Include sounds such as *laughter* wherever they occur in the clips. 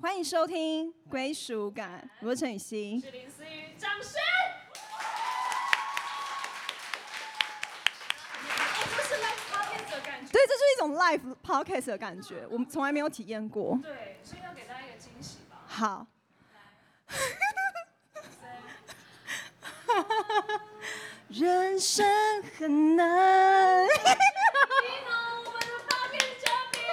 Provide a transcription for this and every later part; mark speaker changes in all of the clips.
Speaker 1: 欢迎收听《归属感》，我是陈雨欣。
Speaker 2: 是林思雨，掌声！哎，就是来 podcast 的感觉。
Speaker 1: 对，这是一种 live podcast 的感觉，我们从来没有体验过。
Speaker 2: 对，所以要给大家一个惊喜吧。
Speaker 1: 好，
Speaker 2: 三
Speaker 1: 人生很难。
Speaker 2: 你好，我们的 podcast 嘉宾。
Speaker 1: *laughs*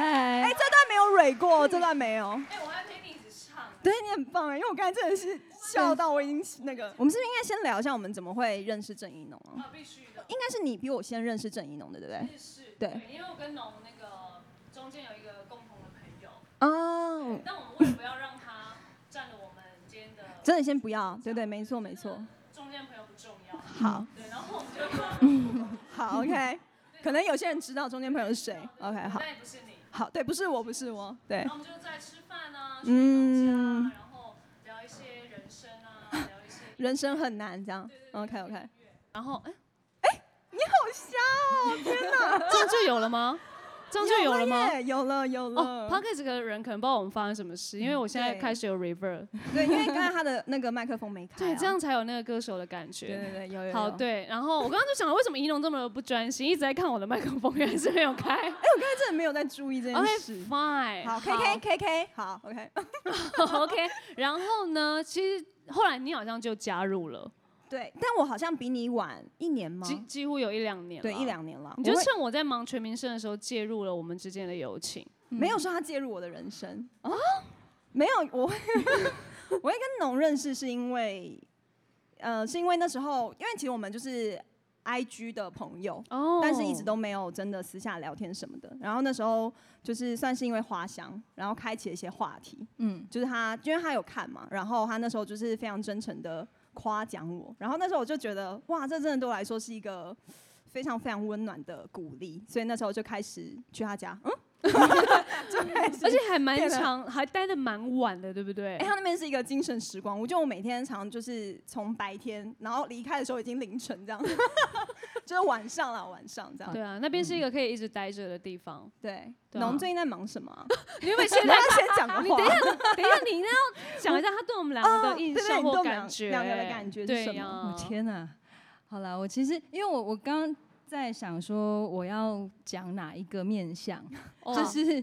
Speaker 1: 哎，这段没有蕊过，这段没有。
Speaker 2: 哎，我还陪你一起唱。
Speaker 1: 对，你很棒哎，因为我刚才真的是笑到我已经那个。 *laughs* 我们是不是应该先聊一下我们怎么会认识郑一农啊？
Speaker 2: 啊，必须的。
Speaker 1: 应该是你比我先认识郑一农的，对不对？
Speaker 2: 日式。
Speaker 1: 对，
Speaker 2: 因为我跟农那个中间有一个共同的朋友，
Speaker 1: 哦，
Speaker 2: 但我们为了不要让他占了我们今天的
Speaker 1: 真的先不要，对对，没错没错。
Speaker 2: 中间朋友不重要。
Speaker 1: 好，
Speaker 2: 对，然后我们就，
Speaker 1: 好，OK。可 *laughs* 能有些人知道中间朋友是谁，OK，好，
Speaker 2: 那也不是你。
Speaker 1: 好，对，不是我，不是我，对
Speaker 2: 然。后我们就在吃饭啊，去
Speaker 1: 嗯
Speaker 2: 嗯，然后聊一些人生啊，聊一些
Speaker 1: 人生很难这样。OK OK，
Speaker 3: 然后，哎、
Speaker 1: 你好瞎哦！天哪，
Speaker 3: *laughs* 这样就有了吗？这样就有了吗？
Speaker 1: 耶？嗯有了有了。
Speaker 3: 哦 p o d c a s t 的人可能不知道我们发生什么事，因为我现在
Speaker 1: 嗯对
Speaker 3: 开始有 reverb，
Speaker 1: 对，因啊为刚才他的那个麦克风没开啊。
Speaker 3: 对，这样才有那个歌手的感
Speaker 1: 对
Speaker 3: 觉。
Speaker 1: 对对，有啊有。有
Speaker 3: 好，。对，然后我刚刚就想，为什么一农这么不专心，一直在看我的麦克风，原来是没有开。
Speaker 1: 哎，我刚 *laughs* 才真的没有在注意这件
Speaker 3: 哦
Speaker 1: 事。
Speaker 3: OK，fine，
Speaker 1: 好，K K K K，好，OK。 *laughs*
Speaker 3: OK，然后呢，其实后来你好像就加入了，
Speaker 1: 对，但我好像比你晚一年吗？
Speaker 3: 几几乎有一两年，
Speaker 1: 对，一，两年了。
Speaker 3: 你就
Speaker 1: 我会
Speaker 3: 趁我在忙全民生的时候介入了我们之间的友情。
Speaker 1: 没有说他介入我的人生啊？没有，我会 *laughs* 我会跟农认识是因为，呃，是因为那时候，因为其实我们就是 I G 的朋友，
Speaker 3: 哦
Speaker 1: 但是一直都没有真的私下聊天什么的。然后那时候就是算是因为花香，然后开启了一些话题，
Speaker 4: 嗯，
Speaker 1: 就是他，因为他有看嘛，然后他那时候就是非常真诚的夸奖我，然后那时候我就觉得哇，这真的对我来说是一个非常非常温暖的鼓励，所以那时候就开始去他家，嗯，就开始，
Speaker 3: 而且还蛮
Speaker 1: 变得
Speaker 3: 长，还待的蛮晚的，对不对？
Speaker 1: 哎、他那边是一个精神时光屋，就我每天常就是从白天，然后离开的时候已经凌晨这样， *laughs* 就是晚上了，晚上这样。
Speaker 3: 对啊，那边是一个可以一直待着的地方。
Speaker 1: 对，
Speaker 3: 对啊
Speaker 1: 农、最近在忙什么、
Speaker 3: *laughs*
Speaker 1: 啊？
Speaker 3: 你有没有
Speaker 1: 现 *laughs*
Speaker 3: 现
Speaker 1: 在
Speaker 3: 在？
Speaker 1: 先讲个
Speaker 3: *laughs* 你
Speaker 1: 话
Speaker 3: 等一。下，等一下，你一定要讲一下他对我们两个
Speaker 1: 哦
Speaker 3: 的印
Speaker 1: 对对
Speaker 3: 象
Speaker 1: 你对
Speaker 3: 或
Speaker 1: 我们
Speaker 3: 感觉，
Speaker 1: 两两个的感觉是
Speaker 3: 对
Speaker 1: 什么
Speaker 3: 呀
Speaker 4: 我天哪！好啦，我其实因为我我刚刚在想说我要讲哪一个面相，
Speaker 3: 哦
Speaker 4: 就是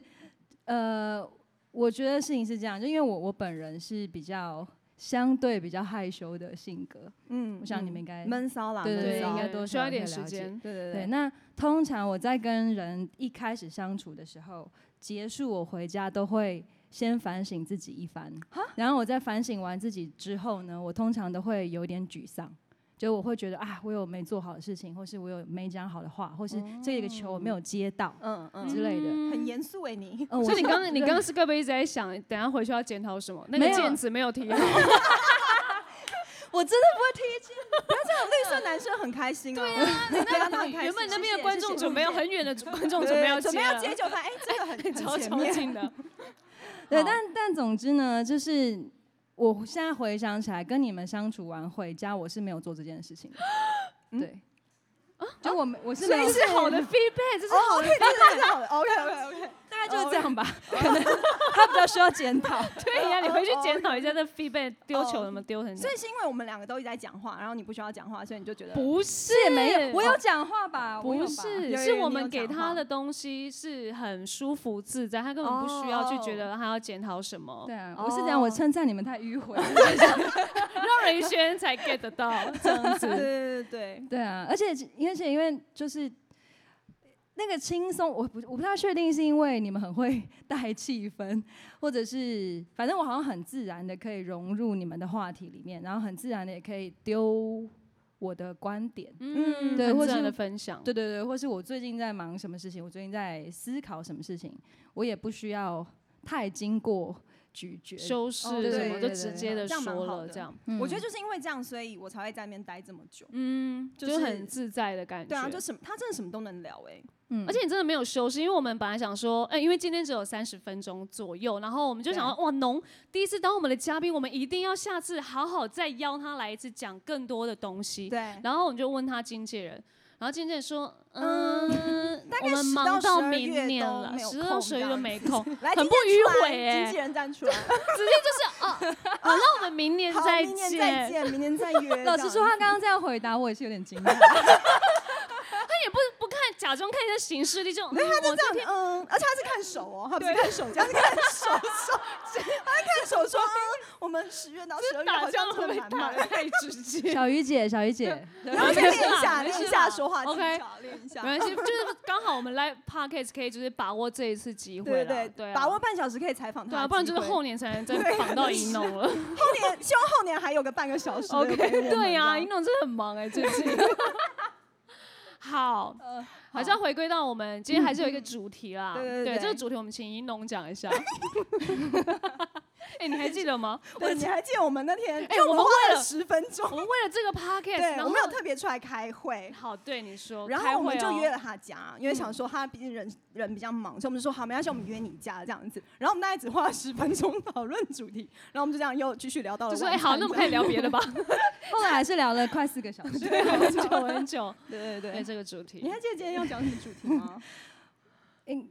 Speaker 4: 呃，我觉得事情是这样，就因为我我本人是比较相对比较害羞的性格，
Speaker 1: 嗯
Speaker 4: 我想你们应该、
Speaker 1: 闷骚啦，
Speaker 4: 对对
Speaker 1: 闷
Speaker 4: 对
Speaker 1: 骚
Speaker 4: 应该
Speaker 3: 对
Speaker 4: 多
Speaker 3: 需要
Speaker 4: 少
Speaker 3: 一点
Speaker 4: 会
Speaker 3: 时
Speaker 4: 了解
Speaker 3: 间。
Speaker 1: 对对
Speaker 4: 对。那通常我在跟人一开始相处的时候，结束我回家都会先反省自己一番，然后我在反省完自己之后呢，我通常都会有点沮丧。就我会觉得啊，我有没做好的事情，或是我有没讲好的话，或
Speaker 3: 哦
Speaker 4: 是这个球我没有接到，
Speaker 1: 嗯嗯，
Speaker 4: 之类的
Speaker 3: 嗯
Speaker 1: 很严肃哎你。
Speaker 4: 嗯，我
Speaker 3: 所以你
Speaker 4: 是
Speaker 3: 刚刚你
Speaker 4: 对
Speaker 3: 刚刚是该不会一直在想，等一下回去要检讨什么？那个
Speaker 4: 没有
Speaker 3: 毽子没
Speaker 1: *laughs*
Speaker 3: 有提好，
Speaker 4: 我真的不会听，
Speaker 1: 绿色男生很开心哦，对啊，他很开心。
Speaker 3: 原本那边
Speaker 1: 谢谢
Speaker 3: 的观众准备有，
Speaker 1: *laughs*
Speaker 3: 很远的观众
Speaker 1: 谢谢
Speaker 3: 准备要
Speaker 1: 对准备要接
Speaker 3: 接
Speaker 1: 就发现，哎，这个很
Speaker 3: 了，超
Speaker 1: 很前
Speaker 3: 超
Speaker 1: 面。 *laughs*
Speaker 3: 近的。
Speaker 4: *laughs* 对，
Speaker 3: 好
Speaker 4: 但但总之呢，就是我现在回想起来，跟你们相处完回家，我是没有做这件事情的。对，就我没我
Speaker 3: 嗯
Speaker 4: 是
Speaker 3: 啊所
Speaker 4: 没有
Speaker 3: 以是好的 feedback，这是
Speaker 1: 哦，对对对，对好的，OK OK OK，
Speaker 4: 大概就是这样吧，哦可 *laughs* 能他比较需要检 *laughs* 讨。
Speaker 3: 对呀，你回去
Speaker 1: 哦哦
Speaker 3: 检讨一下这 feedback 丢球
Speaker 1: 哦
Speaker 3: 有没有丢很久
Speaker 1: 所以是因为我们两个都一直在讲话，然后你不需要讲话，所以你就觉得
Speaker 3: 不是
Speaker 4: 这也没有，我有讲话吧？我有
Speaker 3: 不
Speaker 4: 吧
Speaker 3: 是，
Speaker 1: 有
Speaker 3: 是
Speaker 1: 有有
Speaker 3: 我
Speaker 1: 你
Speaker 3: 们
Speaker 1: 有
Speaker 3: 给
Speaker 1: 讲
Speaker 3: 他
Speaker 1: 话
Speaker 3: 的东西是很舒服自在，他根本不需要去觉得他要检讨什么。
Speaker 4: 对啊，
Speaker 1: 哦
Speaker 4: 我是讲我称赞你们太迂回 *laughs* 了。
Speaker 3: *laughs* 让人轩才 get 得到这样
Speaker 1: 对
Speaker 3: 子。
Speaker 1: 对对对，
Speaker 4: 对啊，而且而且因为就是。那个轻松，我不我不太确定，是因为你们很会 *laughs* 带气氛，或者是反正我好像很自然的可以融入你们的话题里面，然后很自然的也可以丢我的观点，
Speaker 1: *laughs* 嗯
Speaker 3: 嗯，
Speaker 4: 对
Speaker 3: 很
Speaker 4: 或
Speaker 3: 自然
Speaker 4: 是
Speaker 3: 的分享。
Speaker 4: 对对对，或是我最近在忙什么事情，我最近在思考什么事情，我也不需要太经过咀嚼。
Speaker 3: 修饰
Speaker 4: 哦对
Speaker 3: 什么
Speaker 4: 对
Speaker 3: 就
Speaker 4: 对
Speaker 3: 直
Speaker 4: 对
Speaker 3: 接的
Speaker 1: 这样蛮
Speaker 3: 说
Speaker 1: 好
Speaker 3: 了，
Speaker 1: 的
Speaker 3: 这样，
Speaker 4: 嗯
Speaker 1: 我觉得就是因为这样，所以我才会在那边待这么久。
Speaker 3: 嗯，
Speaker 1: 就
Speaker 3: 就是很自在的感觉。
Speaker 1: 对啊，就什么他真的什么都能聊哎，
Speaker 4: 嗯
Speaker 3: 而且你真的没有修饰，因为我们本来想说，哎、因为今天只有三十分钟左右，然后我们就想说，哇，农第一次当我们的嘉宾，我们一定要下次好好再邀他来一次，讲更多的东西。
Speaker 1: 对，
Speaker 3: 然后我们就问他经纪人，然后渐渐说，嗯，
Speaker 1: 大
Speaker 3: 我
Speaker 1: 概
Speaker 3: 们
Speaker 1: 10
Speaker 3: 忙
Speaker 1: 到
Speaker 3: 到
Speaker 1: 12
Speaker 3: 明
Speaker 1: 月
Speaker 3: 年
Speaker 1: 都
Speaker 3: 了，
Speaker 1: 没有
Speaker 3: 十到
Speaker 1: 空
Speaker 3: 十一
Speaker 1: 这
Speaker 3: 都
Speaker 1: 样
Speaker 3: 没空，
Speaker 1: *laughs* 来，
Speaker 3: 很
Speaker 1: 经
Speaker 3: 不
Speaker 1: 纪人
Speaker 3: 迂
Speaker 1: 出来
Speaker 3: 回哎
Speaker 1: 经纪人站出来，
Speaker 3: 直接就是哦，好，那我们明年
Speaker 1: 好，
Speaker 3: 再
Speaker 1: 明年再
Speaker 3: 见。
Speaker 1: 见，明年再
Speaker 3: *laughs*
Speaker 1: 约。
Speaker 4: 老
Speaker 1: 这
Speaker 4: 实
Speaker 1: 样
Speaker 4: 说，他
Speaker 1: 子
Speaker 4: 刚刚这样回答我也是有点惊讶。
Speaker 3: 他也不不看，假装看一下形式力，就嗯
Speaker 1: 没有，他就
Speaker 3: 我
Speaker 1: 这样，嗯，而且他是看手哦，他不是看手机，他是看手手，
Speaker 3: *laughs*
Speaker 1: 他是看手说，嗯我们十月到十二月
Speaker 3: 打
Speaker 1: 好像
Speaker 3: 仗
Speaker 1: 真的
Speaker 3: 会不会
Speaker 1: 蛮
Speaker 3: 打
Speaker 1: 满
Speaker 3: 得太直接？
Speaker 4: 小鱼姐，小鱼 *laughs* 姐，
Speaker 1: *laughs* 然后
Speaker 3: 没
Speaker 1: 再
Speaker 3: 事
Speaker 1: 练
Speaker 3: 啦
Speaker 1: 一下，
Speaker 3: 没
Speaker 1: 练一
Speaker 3: 事
Speaker 1: 下
Speaker 3: 啦
Speaker 1: 说话技
Speaker 3: OK
Speaker 1: 巧，练一下。
Speaker 3: 没关系，就是刚好我们来 podcast 可以就是把握这一次机会
Speaker 1: 对
Speaker 3: 了，
Speaker 1: 对，
Speaker 3: 啊
Speaker 1: 把握半小时可以采访他的机
Speaker 3: 对
Speaker 1: 会。
Speaker 3: 啊，不然就是后年才能再
Speaker 1: 对
Speaker 3: 访到银农
Speaker 1: *laughs*
Speaker 3: 了。
Speaker 1: 后年，希望后年还有个半个小时的
Speaker 3: OK，
Speaker 1: 给我们
Speaker 3: 对呀、
Speaker 1: 这样
Speaker 3: 银农真的很忙哎、最近。 *laughs* 好，还是要回归到我们今天还是有一个主题啦。
Speaker 1: 呃嗯对对对
Speaker 3: 这个主题我们请银农讲
Speaker 1: *laughs*
Speaker 3: 一下。 *laughs* 哎、你还记得吗？
Speaker 1: 对，你还记得我们那天？
Speaker 3: 哎
Speaker 1: 就
Speaker 3: 我们
Speaker 1: 们花
Speaker 3: 为
Speaker 1: 了
Speaker 3: 了
Speaker 1: 十分钟
Speaker 3: 我，们为了这个
Speaker 1: 对，
Speaker 3: podcast，然
Speaker 1: 我
Speaker 3: 后
Speaker 1: 们有特别出来开会。
Speaker 3: 好，对你说，
Speaker 1: 然
Speaker 3: 开
Speaker 1: 后我们
Speaker 3: 会
Speaker 1: 就
Speaker 3: 哦嗯
Speaker 1: 约了他家，因为想说他毕竟人人比较忙，所以我们就说好，没关系，我们约你家这样子。然后我们大概只花了十分钟讨论主题，然后我们就这样又继续聊到了
Speaker 3: 就
Speaker 1: 晚餐。
Speaker 3: 说哎、好，那我们可以聊
Speaker 1: *laughs*
Speaker 3: 别的吧。
Speaker 4: 后来还是聊了快四个小 *laughs* 时。
Speaker 3: 对， *laughs* 很久很久。
Speaker 1: 这样对对
Speaker 3: 对
Speaker 1: 对。
Speaker 3: 这个主题
Speaker 1: 你，还记得今天要讲什么主题
Speaker 3: *laughs*
Speaker 1: 吗？
Speaker 4: *laughs* 嗯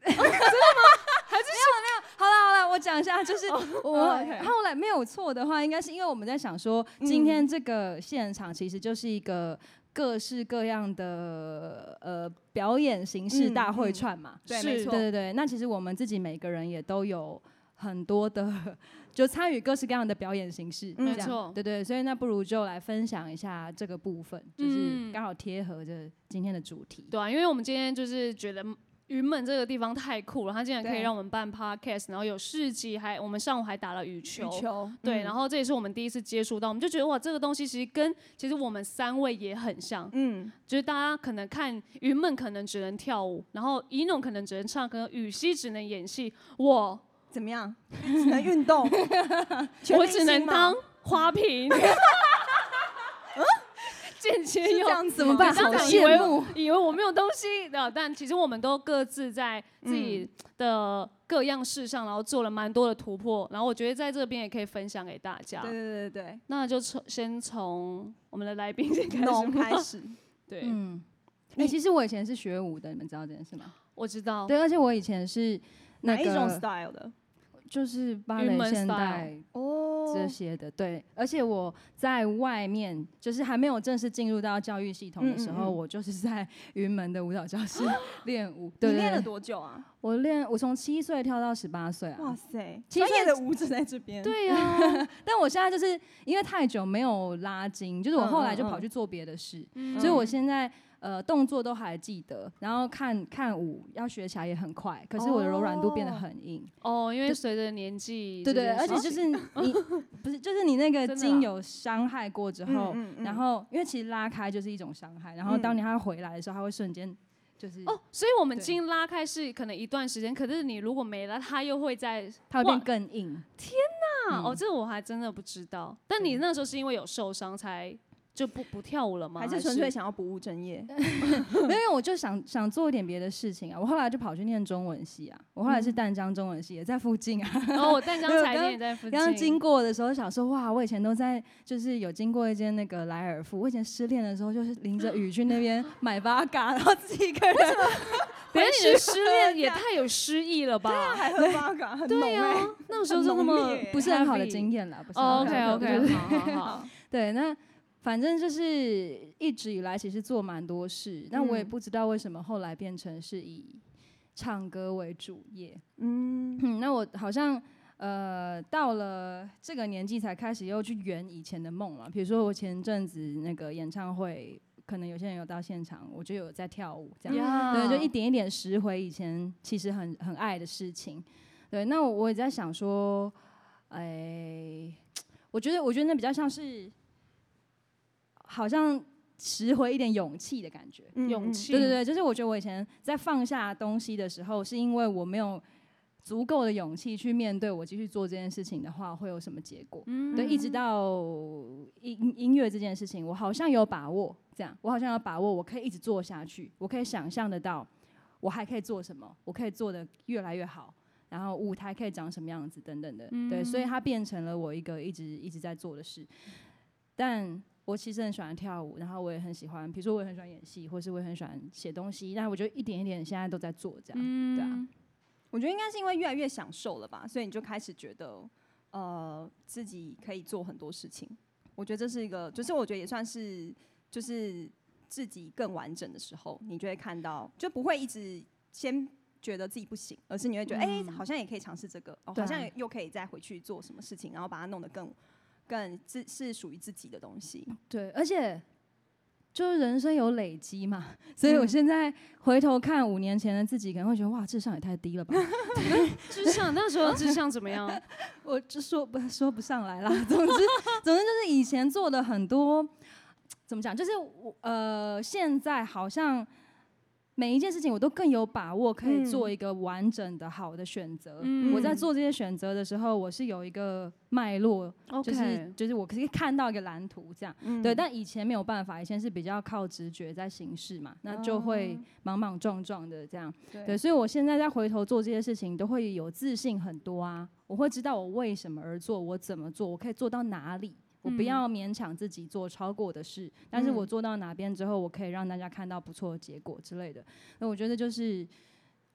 Speaker 4: *laughs* 真的吗？还是没有没有？好哦了好了，我讲一下，就是我
Speaker 1: OK
Speaker 4: 后来没有错的话，应该是因为我们在想说，今天这个现场其实就是一个各式各样的呃表演形式
Speaker 1: 嗯
Speaker 4: 大会
Speaker 1: 嗯
Speaker 4: 串嘛。
Speaker 1: 对，
Speaker 3: 是
Speaker 1: 没
Speaker 4: 对
Speaker 1: 错，
Speaker 4: 对对，那其实我们自己每个人也都有很多的，就参与各式各样的表演形式，
Speaker 1: 嗯
Speaker 4: 这
Speaker 1: 没
Speaker 4: 样
Speaker 3: 错
Speaker 4: 对对，所以那不如就来分享一下这个部分，就是
Speaker 3: 嗯
Speaker 4: 刚好贴合着今天的主题。
Speaker 3: 对啊，因为我们今天就是觉得云门这个地方太酷了，它竟然可以
Speaker 1: 对
Speaker 3: 让我们办 podcast，然后有市集，还我们上午还打了羽球。
Speaker 1: 羽球
Speaker 3: 对，
Speaker 1: 嗯
Speaker 3: 然后这也是我们第一次接触到，我们就觉得哇，这个东西其实跟其实我们三位也很像，
Speaker 1: 嗯，
Speaker 3: 就是大家可能看云梦可能只能跳舞，然后一诺可能只能唱歌，羽西只能演戏，我
Speaker 1: 怎么样？只能运
Speaker 3: *laughs*
Speaker 1: 动，全
Speaker 3: 我
Speaker 1: 明
Speaker 3: 只能
Speaker 1: 星嘛
Speaker 3: 当花瓶，
Speaker 1: *laughs*
Speaker 3: 间接
Speaker 1: 是这
Speaker 3: 用
Speaker 1: 样子
Speaker 4: 怎么
Speaker 1: 吗
Speaker 4: 办？
Speaker 3: 你这
Speaker 4: 好
Speaker 3: 样讲以为
Speaker 4: 羡慕。
Speaker 3: 以为我没有东西的，但其实我们都各自在自己
Speaker 4: 嗯
Speaker 3: 的各样事上，然后做了蛮多的突破。然后我觉得在这边也可以分享给大家
Speaker 1: 对。对对对
Speaker 3: 那就从先从我们的来宾先
Speaker 1: 对，
Speaker 3: 开始
Speaker 1: 农
Speaker 3: 吗
Speaker 1: 开始，
Speaker 3: *laughs* 对，
Speaker 4: 嗯，哎、其实我以前是学舞的，你们知道这件事吗？
Speaker 3: 我知道。
Speaker 4: 对，而且我以前是那
Speaker 1: 哪一种
Speaker 4: 个
Speaker 1: style 的？
Speaker 4: 就是芭
Speaker 3: 云
Speaker 4: 蕾
Speaker 3: 门
Speaker 4: 现
Speaker 3: style
Speaker 4: 代
Speaker 1: 哦
Speaker 4: 这些的，对。而且我在外面就是还没有正式进入到教育系统的时候，
Speaker 1: 嗯嗯嗯
Speaker 4: 我就是在云门的舞蹈教
Speaker 1: *gasps*
Speaker 4: 室练舞。
Speaker 1: 你
Speaker 4: 对
Speaker 1: 练了
Speaker 4: 对对，
Speaker 1: 多久啊？
Speaker 4: 我练我从七岁跳到十八岁
Speaker 1: 哇
Speaker 4: 啊，
Speaker 1: 塞，
Speaker 4: 其实
Speaker 1: 专业的舞者在这边，
Speaker 3: 对呀、
Speaker 4: *laughs*
Speaker 3: 啊，
Speaker 4: 但我现在就是因为太久没有拉筋，就是我后来
Speaker 1: 嗯
Speaker 4: 就
Speaker 1: 嗯嗯
Speaker 4: 跑去做别的事，
Speaker 3: 嗯
Speaker 4: 所以我现在呃动作都还记得，然后看看舞要学起来也很快，可是我的柔软度变得
Speaker 1: 哦
Speaker 4: 很硬。
Speaker 3: 哦，因为随着年纪
Speaker 4: 对
Speaker 3: 这
Speaker 4: 对，
Speaker 3: 件
Speaker 4: 而
Speaker 3: 事
Speaker 4: 且
Speaker 3: 情，
Speaker 4: 就是
Speaker 3: *laughs*
Speaker 4: 你不是就是你那个
Speaker 3: 真的啊
Speaker 4: 筋
Speaker 3: 啦
Speaker 4: 有伤害过之后，
Speaker 1: 嗯嗯嗯
Speaker 4: 然后因为其实拉开就是一种伤害，然后当你它回来的时候，它会瞬间就是
Speaker 3: 嗯哦，所以我们
Speaker 4: 对
Speaker 3: 筋拉开是可能一段时间，可是你如果没拉，它又会在
Speaker 4: 它会变
Speaker 3: 哇
Speaker 4: 更硬。
Speaker 3: 啊、
Speaker 4: *laughs* 嗯
Speaker 3: 哦，这个我还真的不知道。但你那时候是因为有受伤才就不不跳舞了吗？
Speaker 1: 还是纯粹想要不务正业？
Speaker 3: 嗯
Speaker 4: 没有，因为我就想想做一点别的事情啊，我后来就跑去念中文系啊，我后来
Speaker 3: 嗯
Speaker 4: 是淡江中文系，也在附近啊。
Speaker 3: *laughs* 然哦
Speaker 4: *laughs*
Speaker 3: 后我但刚
Speaker 4: 没有
Speaker 3: 才
Speaker 4: 刚
Speaker 3: 你也在附近，
Speaker 4: 刚刚经过的时候想说，哇，我以前都在就是有经过一间那个莱尔富，我以前失恋的时候就是淋着雨去那边买八嘎，然后自己一个人。
Speaker 3: 等下你的失恋
Speaker 1: 这
Speaker 3: 也
Speaker 1: 样
Speaker 3: 太有诗意了
Speaker 4: 啊
Speaker 3: 吧？
Speaker 1: 还喝八嘎，很浓
Speaker 3: 对啊呀、
Speaker 1: 哎。
Speaker 3: *laughs* 那时候就那
Speaker 1: 很浓
Speaker 3: 么
Speaker 1: 烈耶
Speaker 4: 不是很好的经
Speaker 3: 验。
Speaker 4: 验啦，不是很好
Speaker 3: 哦
Speaker 4: 的经
Speaker 3: ，OK
Speaker 4: 验。对
Speaker 3: OK，好好好，
Speaker 4: 对，那反正就是一直以来其实做蛮多事，那我也
Speaker 1: 嗯
Speaker 4: 不知道为什么后来变成是以唱歌为主业。
Speaker 1: 嗯，
Speaker 4: 嗯，那我好像呃到了这个年纪才开始又去圆以前的梦了，比如说我前阵子那个演唱会。可能有些人有到现场，我就有在跳舞这样
Speaker 3: 呀
Speaker 4: *laughs* 对，啊就一点一点拾回以前其实很很爱的事情。对，那我我也在想说，哎，我觉得我觉得那比较像是，好像拾回一点勇气的感觉。
Speaker 1: 嗯
Speaker 3: 勇气
Speaker 4: 对对对，就是我觉得我以前在放下东西的时候，是因为我没有足够的勇气去面对我继续做这件事情的话，会有什么结果？
Speaker 3: 嗯
Speaker 4: 对，一直到音音乐这件事情，我好像有把握，这样，我好像有把握，我可以一直做下去，我可以想象得到，我还可以做什么，我可以做的越来越好，然后舞台可以长什么样子等等的，对，所以它变成了我一个一直一直在做的事，但。我其实很喜欢跳舞，然后我也很喜欢，比如说我也很喜欢演戏，或是我也很喜欢写东西，那我就一点一点现在都在做这样。
Speaker 3: 嗯，
Speaker 4: *laughs* 对啊，
Speaker 1: 我觉得应该是因为越来越享受了吧，所以你就开始觉得，呃，自己可以做很多事情。我觉得这是一个，就是我觉得也算是，就是自己更完整的时候，你就会看到，就不会一直先觉得自己不行，而是你会觉得，哎、好像也可以尝试这个，哦，好
Speaker 4: 对啊
Speaker 1: 像又可以再回去做什么事情，然后把它弄得更更自是属于自己的东西。
Speaker 4: 对，而且就是人生有累积嘛，所以我现在回头看五年前的自己，可能会觉得哇，智商也太低了吧。
Speaker 3: 志向那时候志向怎么样？
Speaker 4: 我就说不说不上来啦。总之，总之就是以前做的很多，怎么讲？就是我呃，现在好像每一件事情我都更有把握，可以
Speaker 1: 嗯
Speaker 4: 做一个完整的好的选择。
Speaker 3: 嗯
Speaker 4: 我在做这些选择的时候，我是有一个脉络，
Speaker 3: OK，
Speaker 4: *laughs* 就是就是我可以看到一个蓝图这样。
Speaker 1: 嗯
Speaker 4: 对，但以前没有办法，以前是比较靠直觉在行事嘛，那就会莽莽撞撞的这样。
Speaker 1: 对
Speaker 4: 对，所以我现在再回头做这些事情，都会有自信很多啊。我会知道我为什么而做，我怎么做，我可以做到哪里。我不
Speaker 3: 嗯
Speaker 4: 要勉强自己做超过我的事，但是
Speaker 1: 嗯
Speaker 4: 我做到哪边之后，我可以让大家看到不错的结果之类的。那我觉得就是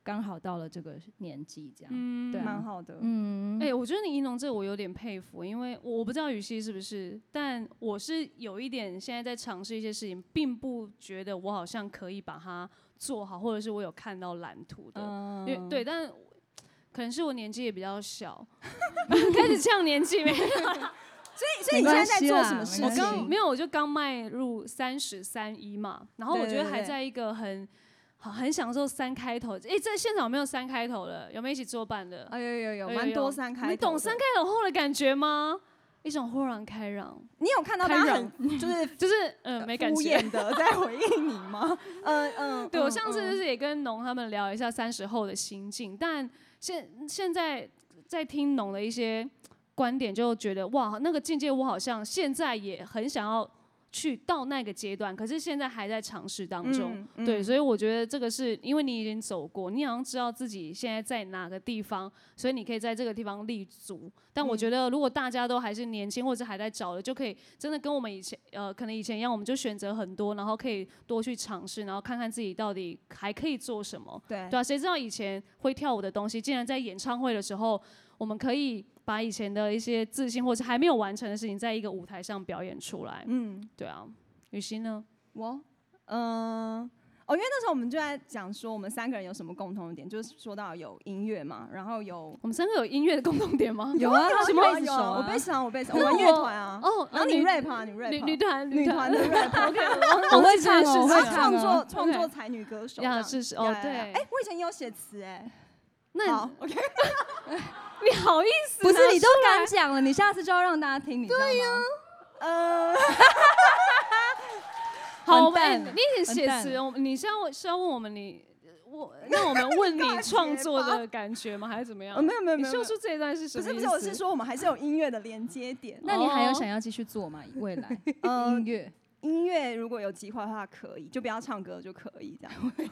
Speaker 4: 刚好到了这个年纪，这样，
Speaker 3: 嗯
Speaker 4: 对啊
Speaker 1: 蛮好的。
Speaker 4: 嗯，
Speaker 3: 哎、我觉得你一农这我有点佩服，因为我我不知道雨熙是不是，但我是有一点现在在尝试一些事情，并不觉得我好像可以把它做好，或者是我有看到蓝图的，因
Speaker 1: 嗯
Speaker 3: 为对，但可能是我年纪也比较小， *laughs* 开始呛年
Speaker 1: *laughs*
Speaker 3: 纪没有
Speaker 1: 所以你现
Speaker 4: 没
Speaker 1: 在
Speaker 4: 关
Speaker 1: 在
Speaker 4: 系
Speaker 1: 做
Speaker 4: 啦
Speaker 1: 什么
Speaker 4: 没
Speaker 1: 事
Speaker 4: 关
Speaker 1: 情？
Speaker 4: 系
Speaker 3: 刚没有，我就刚迈入三十三一嘛，然后我觉
Speaker 1: 对对
Speaker 3: 得
Speaker 1: 对
Speaker 3: 还在一个很。好，很享受三开头。哎、在现场有没有三开头的？有没有一起作伴的？
Speaker 1: 哎有有有，
Speaker 3: 哎
Speaker 1: 蛮多三开头的。
Speaker 3: 你懂三开头后的感觉吗？一种豁然开朗，
Speaker 1: 你有看到大
Speaker 3: 开
Speaker 1: 家
Speaker 3: 朗
Speaker 1: 很就是
Speaker 3: 就是呃没感
Speaker 1: 敷
Speaker 3: 觉。
Speaker 1: 衍的在回应你吗？嗯嗯，
Speaker 3: *laughs* 对我
Speaker 1: 嗯
Speaker 3: 上次就
Speaker 1: 嗯
Speaker 3: 是也跟农他们聊一下三十后的心境，但现现在在听农的一些观点，就觉得哇，那个境界我好像现在也很想要去到那个阶段，可是现在还在尝试当中。
Speaker 1: 嗯嗯
Speaker 3: 对，所以我觉得这个是因为你已经走过，你好像知道自己现在在哪个地方，所以你可以在这个地方立足。但
Speaker 1: 嗯
Speaker 3: 我觉得，如果大家都还是年轻或者还在找的，就可以真的跟我们以前呃，可能以前一样，我们就选择很多，然后可以多去尝试，然后看看自己到底还可以做什么。
Speaker 1: 对
Speaker 3: 对啊，谁知道以前会跳舞的东西，竟然在演唱会的时候，我们可以把以前的一些自信或者还没有完成的事情，在一个舞台上表演出来。
Speaker 1: 嗯，
Speaker 3: 对啊，雨欣呢？
Speaker 1: 我嗯。哦，因为那时候我们就在讲说，我们三个人有什么共同的点，就是说到有音乐嘛，然后有
Speaker 3: 我们三个有音乐的共同点吗？
Speaker 1: 有啊，
Speaker 4: 什
Speaker 1: 有
Speaker 4: 么
Speaker 1: 啊
Speaker 4: 贝
Speaker 1: 有
Speaker 4: 斯手
Speaker 1: 啊，
Speaker 4: 啊
Speaker 1: 我贝斯啊，我贝 *laughs* 斯，我
Speaker 3: 那
Speaker 1: 们乐
Speaker 3: 我
Speaker 1: 团啊，
Speaker 3: 哦，
Speaker 1: 然后你 rap 啊，你 rap
Speaker 3: 女
Speaker 1: 啊
Speaker 3: 女团
Speaker 1: 女团
Speaker 3: *laughs*
Speaker 1: 的 rap，
Speaker 3: ，OK，我
Speaker 4: 我会
Speaker 3: 忘记这件
Speaker 4: 唱哦我
Speaker 3: 事
Speaker 4: 会
Speaker 3: 情
Speaker 4: 唱
Speaker 1: 创作
Speaker 3: 啊 OK
Speaker 1: 创作才女歌手这
Speaker 3: 呀
Speaker 1: 样，
Speaker 3: 是是哦
Speaker 1: 呀呀呀
Speaker 3: 对
Speaker 1: 哎，我以前也有写词哎，
Speaker 3: 那
Speaker 1: 好，OK，
Speaker 3: 你好意思？
Speaker 4: 不是你都敢讲了，你下次就要让大家听，你知道吗？
Speaker 1: 呃，
Speaker 3: *laughs* 好，
Speaker 4: 完蛋
Speaker 3: 哎你也写
Speaker 4: 完
Speaker 3: 词，
Speaker 4: 蛋
Speaker 3: 我们你是要问是要问我们你我 *laughs* 那我们问
Speaker 1: 干
Speaker 3: 你
Speaker 1: 嘛
Speaker 3: 创
Speaker 1: 结
Speaker 3: 作
Speaker 1: 巴
Speaker 3: 的感觉吗？还是怎么样
Speaker 1: 呃？没有没有
Speaker 3: 你
Speaker 1: 没有，没有
Speaker 3: 秀出这一段是什
Speaker 1: 不
Speaker 3: 么？
Speaker 1: 是不是，我是，说我们还是有音乐的连接
Speaker 3: *laughs*
Speaker 1: 点，
Speaker 4: 那你还有
Speaker 3: 哦
Speaker 4: 想要继续做吗？未来
Speaker 1: 嗯
Speaker 4: *laughs* 音乐
Speaker 1: 音乐如果有计划的话可以，就不要唱歌就可以这
Speaker 3: *laughs*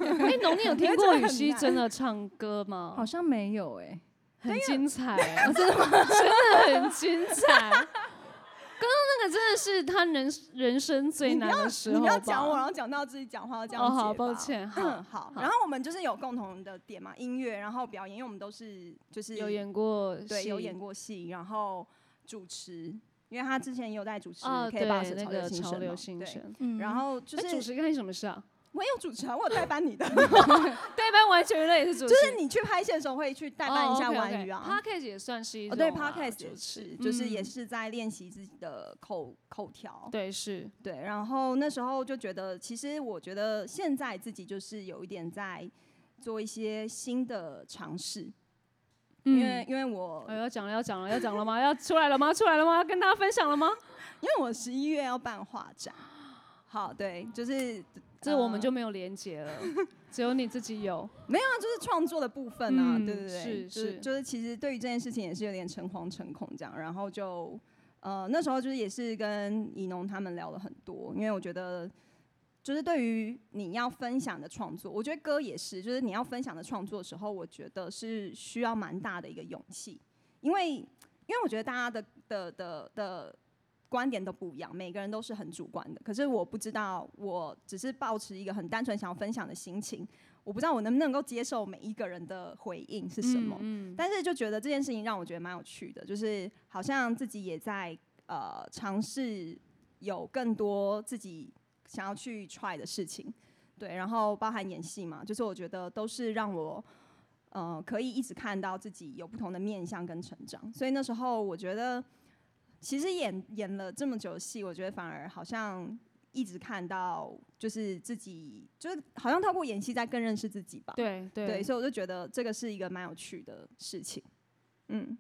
Speaker 1: 样。
Speaker 3: 哎，农，你有听
Speaker 1: 觉得
Speaker 3: 过
Speaker 1: 这
Speaker 3: 雨
Speaker 1: 很
Speaker 3: 熙
Speaker 1: 难
Speaker 3: 真的唱歌吗？
Speaker 4: 好像没有哎，
Speaker 3: *laughs* 很精彩，
Speaker 1: *laughs*
Speaker 3: 真的吗？真的很精彩。刚刚那个真的是他人人生最
Speaker 1: 你不
Speaker 3: 难
Speaker 1: 要
Speaker 3: 的时
Speaker 1: 你
Speaker 3: 候
Speaker 1: 不
Speaker 3: 吧
Speaker 1: 要讲我，然后讲到自己讲话这样
Speaker 3: 哦，
Speaker 1: 结
Speaker 3: 好
Speaker 1: 巴
Speaker 3: 抱。歉，
Speaker 1: 嗯，
Speaker 3: 好，
Speaker 1: 好。然后我们就是有共同的点嘛，音乐，然后表演，因为我们都是就是
Speaker 3: 有演过，
Speaker 1: 对有演，过戏，然后主持，因为他之前也有在主持
Speaker 3: 哦，
Speaker 1: K
Speaker 3: 对，
Speaker 1: box
Speaker 3: 那个潮流
Speaker 1: 新
Speaker 3: 新
Speaker 1: 生嘛。
Speaker 3: 生，
Speaker 4: 嗯
Speaker 1: 对，然后就
Speaker 3: 哎主
Speaker 1: 是
Speaker 3: 持干你什么事 *laughs* 啊？
Speaker 1: 我也有主持啊，我有代班你
Speaker 3: *laughs*
Speaker 1: 的，
Speaker 3: 代班完全娱乐也是主持，哦
Speaker 1: 就是你去拍戏的时候会去代班一下玩鱼啊。
Speaker 3: ，Podcast 也算是一
Speaker 1: 哦，
Speaker 3: 种
Speaker 1: 对
Speaker 3: 啊
Speaker 1: ，podcast
Speaker 3: 主
Speaker 1: 也
Speaker 3: 持
Speaker 1: 是，就是
Speaker 3: 嗯
Speaker 1: 也是在练习自己的口口条。
Speaker 3: 对是，
Speaker 1: 对，然后那时候就觉得，其实我觉得现在自己就是有一点在做一些新的尝试，因为
Speaker 3: 嗯
Speaker 1: 因为我
Speaker 3: 哎要讲了要讲了要讲了吗？要出来了吗？出来了吗？要跟大家分享了吗？
Speaker 1: 因为我十一月要办画展，好，对，就是
Speaker 3: *laughs* 这我们就没有连结 *laughs* 了，只有你自己有。
Speaker 1: 那啊就是创作的部分啊，
Speaker 3: 嗯
Speaker 1: 对对对，
Speaker 3: 是
Speaker 1: 就是
Speaker 3: 是
Speaker 1: 就是其实对于这件事情也是有点诚惶诚恐这样，然后就呃那时候就是也是跟以农他们聊了很多，因为我觉得。就是对于你要分享的创作，我觉得歌也是，就是你要分享的创作的时候，我觉得是需要蛮大的一个勇气，因为因为我觉得大家的的的的观点都不一样，每个人都是很主观的。可是我不知道，我只是抱持一个很单纯想要分享的心情，我不知道我能不能够接受每一个人的回应是什么。
Speaker 3: 嗯，
Speaker 1: 但是就觉得这件事情让我觉得蛮有趣的，就是好像自己也在呃尝试有更多自己想要去 try 的事情，对，然后包含演戏嘛，就是我觉得都是让我呃可以一直看到自己有不同的面向跟成长，所以那时候我觉得其实演演了这么久的戏，我觉得反而好像。一直看到，就是自己，就是好像透过演戏在更认识自己吧。
Speaker 3: 对对
Speaker 1: 对，所以我就觉得这个是一个蛮有趣的事情。嗯，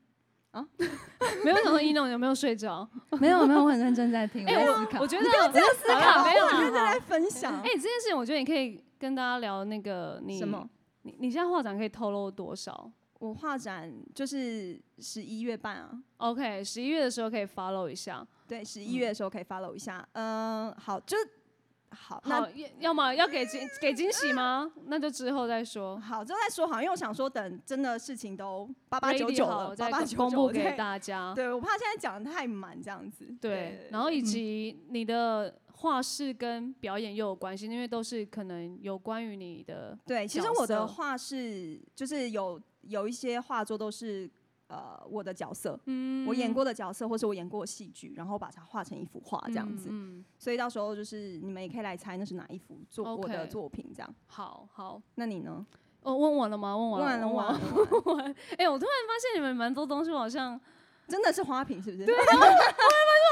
Speaker 3: 没有想到一诺有没有睡 *laughs* 着？
Speaker 4: 没有没有，我很认真在 *laughs* 听，
Speaker 3: 哎
Speaker 4: 在思考
Speaker 3: 我。觉得 *laughs* 这个思
Speaker 1: 好
Speaker 3: 没有
Speaker 1: 我
Speaker 3: 啦
Speaker 1: 认
Speaker 3: *laughs*
Speaker 1: 真
Speaker 3: 好
Speaker 1: 在分享。
Speaker 3: 哎，这件事情我觉得你可以跟大家聊那个你
Speaker 1: 什么？
Speaker 3: 你你现在画展可以透露多少
Speaker 1: 我画展就是十一月半啊，
Speaker 3: ？OK，十一月的时候可以 follow 一下。
Speaker 1: 对，十一月的时候可以 follow 一下。嗯、好，就是好，
Speaker 3: 好
Speaker 1: 那，
Speaker 3: 要要么要给惊给惊喜吗？ *laughs* 那就之后再说。
Speaker 1: 好，就再说好，因为我想说，等真的事情都八八九
Speaker 3: Ready
Speaker 1: 九
Speaker 3: 好
Speaker 1: 了，
Speaker 3: 再
Speaker 1: 八八九
Speaker 3: 公
Speaker 1: 九
Speaker 3: 布给大
Speaker 1: 家
Speaker 3: 家。
Speaker 1: 对，我嗯怕现在讲的太满这样子。
Speaker 3: 对，然后以及你的画室跟表演又有关系，因为都是可能有关于你的
Speaker 1: 对，其实
Speaker 3: 角
Speaker 1: 我
Speaker 3: 色
Speaker 1: 的画是就是有有一些画作都是呃我的角色，我
Speaker 3: 嗯
Speaker 1: 演过的角色或是我演过的戏剧，然后把它画成一幅画这样子。
Speaker 3: 嗯，嗯
Speaker 1: 所以到时候就是你们也可以来猜那是哪一幅作我的
Speaker 3: OK
Speaker 1: 作品这样。
Speaker 3: 好好。
Speaker 1: 那你呢？
Speaker 3: 哦，问完了吗？问完
Speaker 1: 完了，
Speaker 3: 问
Speaker 1: 完
Speaker 3: 完
Speaker 1: 了
Speaker 3: 了。，
Speaker 1: 完了
Speaker 3: 问完了 *laughs* 哎、我突然发现你们蛮多东西，我好像
Speaker 1: 真的是花瓶是不 *laughs*
Speaker 3: 啊
Speaker 1: 是？对，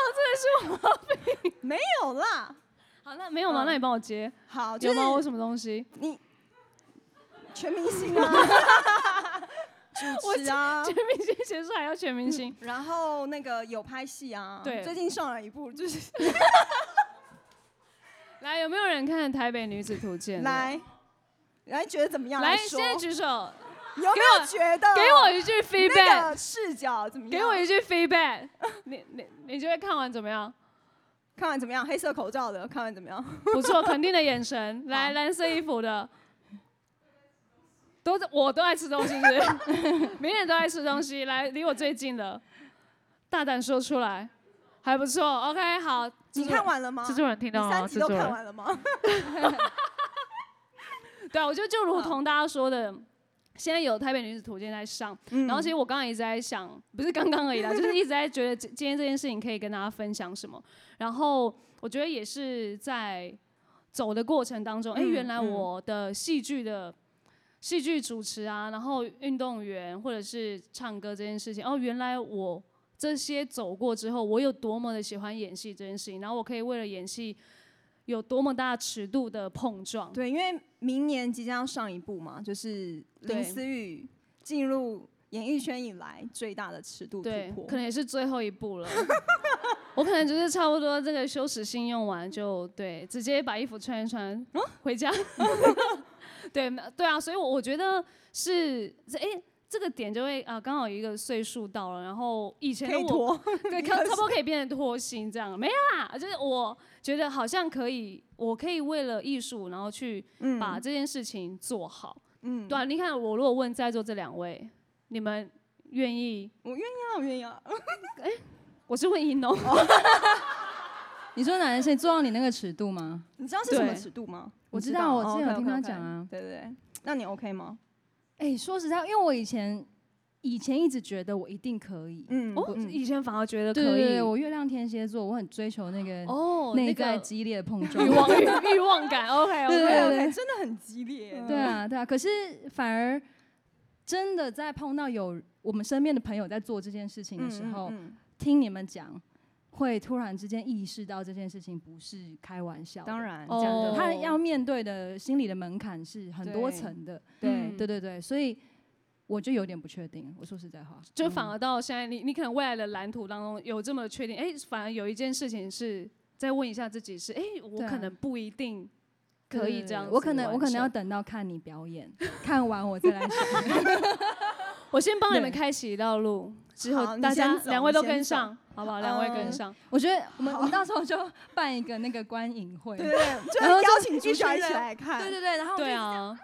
Speaker 3: *laughs*
Speaker 1: 没有啦。
Speaker 3: 好，那没有吗？
Speaker 1: 嗯
Speaker 3: 那你帮我接，
Speaker 1: 好，就
Speaker 3: 有
Speaker 1: 是
Speaker 3: 吗？我什么东西？
Speaker 1: 你全明星
Speaker 3: *laughs*
Speaker 1: 啊，主持啊嗯
Speaker 3: 全。明星结束还要全明星，
Speaker 1: 然后那个有拍戏啊，
Speaker 3: 对
Speaker 1: 最近上了一部，就是
Speaker 3: 来，有没有人看《台北女子图鉴》？
Speaker 1: 来，来觉得怎么样？
Speaker 3: 来，
Speaker 1: 说
Speaker 3: 现在举手，
Speaker 1: 有没有觉得
Speaker 3: *laughs* 给我一句 feedback，、
Speaker 1: *laughs* 那个视角怎么样？
Speaker 3: 给我一句 feedback，你你你觉得看完怎
Speaker 1: *laughs*
Speaker 3: 么样？
Speaker 1: 看完怎么样？黑色口罩的看完怎么样？
Speaker 3: 不错，肯定的眼神。来，蓝色衣服的，都在我都爱吃东西，是不是？ *laughs* 明眼都爱吃东西。来，离我最近的，大胆说出来，还不错。OK，好，
Speaker 1: 你
Speaker 3: 制作人
Speaker 1: 看完了吗？
Speaker 3: 制作人听
Speaker 1: 你
Speaker 3: 到了
Speaker 1: 三
Speaker 3: 吗？
Speaker 1: 集
Speaker 3: 制
Speaker 1: 都
Speaker 3: 作
Speaker 1: 看
Speaker 3: 人，
Speaker 1: 完了吗？
Speaker 3: 对啊，我觉得就
Speaker 1: 嗯
Speaker 3: 如同大家说的。现在有台北女子图鉴在上，然
Speaker 1: 嗯
Speaker 3: 后其实我刚刚一直在想，不是刚刚而已啦，就是一直在觉得今今天这件事情可以跟大家分享什么。然后我觉得也是在走的过程当中，哎、
Speaker 1: 嗯
Speaker 3: 原来
Speaker 1: 嗯
Speaker 3: 我的戏剧的戏剧主持啊，然后运动员或者是唱歌这件事情，哦，原来我这些走过之后，我有多么的喜欢演戏这件事情，然后我可以为了演戏有多么大尺度的碰撞。
Speaker 1: 对，因为明年即将要上一部嘛，就是林
Speaker 3: 对
Speaker 1: 思雨进入演艺圈以来最大的尺度突
Speaker 3: 对，
Speaker 1: 破
Speaker 3: 可。能也是最后一步了。 *laughs* 我可能就是差不多这个羞耻心用完就对，直接把衣服穿一穿
Speaker 1: 啊
Speaker 3: 回
Speaker 1: *laughs*
Speaker 3: 家。 *laughs* 对对啊，所以我我觉得是这哎、这个点就会啊，刚好有一个岁数到了，然后以前
Speaker 1: 可
Speaker 3: 的
Speaker 1: 以
Speaker 3: 我
Speaker 1: 脱，
Speaker 3: 对，差差不多可以变得脱心这样，没有啦，就是我觉得好像可以，我可以为了艺术，然后去
Speaker 1: 嗯
Speaker 3: 把这件事情做好。
Speaker 1: 嗯，
Speaker 3: 对啊，你看我如果问在座这两位，你们愿意
Speaker 1: *laughs* 我愿意啊，我愿意啊。
Speaker 3: 我是问一农，
Speaker 4: 哦你说哪件事情做到你那个尺度吗？
Speaker 1: 你知道是什么
Speaker 3: 对
Speaker 1: 尺度吗？
Speaker 4: 我知道我
Speaker 1: 哦
Speaker 4: 之前有
Speaker 1: OK，OK，
Speaker 4: 听他
Speaker 1: OK
Speaker 4: 讲啊
Speaker 1: 对对对，那你 OK 吗？
Speaker 4: 哎、说实在，因为我以前以前一直觉得我一定可以，
Speaker 1: 嗯，
Speaker 3: 哦，
Speaker 1: 嗯
Speaker 3: 以前反而觉得
Speaker 4: 对
Speaker 3: 可
Speaker 4: 对对
Speaker 3: 以
Speaker 4: 对，我月亮天蝎座，我很追求那个
Speaker 3: 哦，
Speaker 4: 内
Speaker 3: 那
Speaker 4: 在
Speaker 3: *laughs* 个
Speaker 4: 激烈的碰撞。
Speaker 3: 欲望欲欲望感，OK
Speaker 4: 对
Speaker 3: OK，
Speaker 4: 对
Speaker 1: OK，真的很激烈。
Speaker 4: *laughs* 对啊，对啊。可是反而真的在碰到有我们身边的朋友在做这件事情的时候，
Speaker 1: 嗯，嗯
Speaker 4: 听你们讲，会突然之间意识到这件事情不是开玩笑
Speaker 1: 嗯
Speaker 4: 的。
Speaker 1: 当然，
Speaker 3: 哦
Speaker 1: 这样的
Speaker 4: 他要面对的心理的门槛是很多
Speaker 1: 对
Speaker 4: 层的。
Speaker 3: 对
Speaker 4: 对对对，所以我就有点不确定。我说实在话，嗯
Speaker 3: 就反而到现在，你你可能未来的蓝图当中有这么确定，哎，反而有一件事情是再问一下自己是，哎，我
Speaker 4: 对啊
Speaker 3: 可能不一定
Speaker 4: 对
Speaker 3: 可
Speaker 4: 对
Speaker 3: 以
Speaker 4: 对
Speaker 3: 这样子
Speaker 4: 我可能我可能要
Speaker 3: 完成
Speaker 4: 等到看你表演，看完我再来想。
Speaker 3: 我先帮你们
Speaker 4: 对
Speaker 3: 开启一道路，之
Speaker 1: 好
Speaker 3: 后
Speaker 1: 你
Speaker 3: 大家
Speaker 1: 先走
Speaker 3: 两位都
Speaker 1: 你先
Speaker 3: 跟上，好不好？两位跟
Speaker 1: 嗯
Speaker 3: 上，
Speaker 4: 我觉得
Speaker 3: *laughs*
Speaker 4: 我们我们到时候就办一个那个观影会。 *laughs*
Speaker 1: 对对对，就是
Speaker 4: 然后就
Speaker 1: 邀请
Speaker 4: 一
Speaker 1: 主
Speaker 4: 群
Speaker 1: 角一起
Speaker 4: 人
Speaker 1: 来看。
Speaker 4: 对对对，然后我
Speaker 3: 啊
Speaker 4: 们
Speaker 3: 对
Speaker 4: 就
Speaker 3: 啊，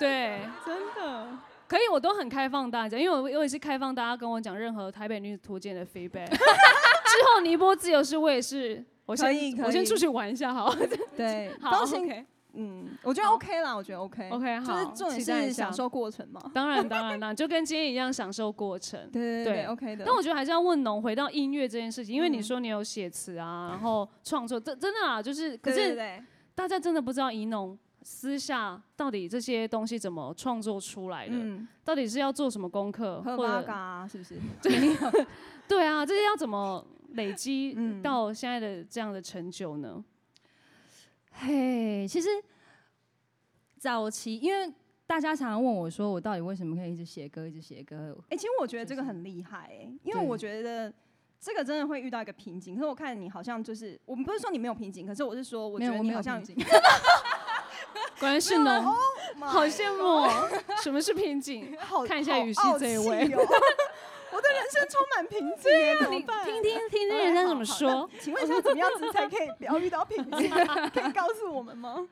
Speaker 3: 对。
Speaker 1: 真的，
Speaker 3: 可以，我都很开放大家，因为我我也是开放大家跟我讲任何台北女子图鉴的 feedback。之 *laughs* 后尼泊自由市，我也是，我
Speaker 1: 可
Speaker 3: 先
Speaker 1: 以可
Speaker 3: 我先
Speaker 1: 以
Speaker 3: 出去玩一下好。
Speaker 1: *laughs* 对，
Speaker 3: 好
Speaker 1: 高兴，
Speaker 3: ，OK，
Speaker 1: 嗯，我觉得
Speaker 3: 好
Speaker 1: OK 啦，我觉得 OK。
Speaker 3: OK，好
Speaker 1: 就是重点
Speaker 3: 期待一
Speaker 1: 是
Speaker 3: 下
Speaker 1: 享受过程嘛。
Speaker 3: 当然当然当然，就跟今天一样享受过程。
Speaker 1: *laughs* 对对
Speaker 3: 对
Speaker 1: 对，OK 的。
Speaker 3: 但我觉得还是要问农回到音乐这件事情，因为你
Speaker 1: 嗯
Speaker 3: 说你有写词啊，然后创作，真真的啊，就是可
Speaker 1: 对对
Speaker 3: 是
Speaker 1: 对
Speaker 3: 大家真的不知道怡农私下到底这些东西怎么创作出来的，
Speaker 1: 嗯，
Speaker 3: 到底是要做什么功课，
Speaker 1: 喝
Speaker 3: 或
Speaker 1: 八
Speaker 3: 者
Speaker 1: 嘎啊是不是？
Speaker 3: 对啊，这些要怎么累积
Speaker 1: 嗯
Speaker 3: 到现在的这样的成就呢？
Speaker 4: 嘿，其实早期因为大家常常问我说，我到底为什么可以一直写歌，一直写歌？
Speaker 1: 哎，其实我觉得这个很厉害哎，因为我觉得。这个真的会遇到一个瓶颈，可是我看你好像就是，我们不是说你没有瓶颈，可是我是说，我
Speaker 4: 没
Speaker 1: 觉
Speaker 4: 有，
Speaker 1: 得
Speaker 4: 我
Speaker 1: 你
Speaker 4: 没
Speaker 1: 好
Speaker 4: 有
Speaker 1: 像 *laughs*
Speaker 4: 瓶 *laughs* 颈。
Speaker 3: 果然是农，啊好羡慕哦。 *laughs* 什么是
Speaker 1: *laughs*
Speaker 3: 瓶颈？
Speaker 1: 好
Speaker 3: 看一下
Speaker 1: 好
Speaker 3: 语系
Speaker 1: 傲
Speaker 3: 这一
Speaker 1: 气
Speaker 3: 位
Speaker 1: 哦我的人生充满
Speaker 4: *laughs*
Speaker 1: 瓶颈
Speaker 4: 啊
Speaker 1: 耶，怎么办？
Speaker 3: 听听听听
Speaker 1: OK，
Speaker 3: 人家怎
Speaker 1: 好好
Speaker 3: 么说。
Speaker 1: *laughs* 请问一下，怎么样子才
Speaker 4: *laughs*
Speaker 1: 可以不要遇到瓶颈？ *laughs* 可以告诉我们吗？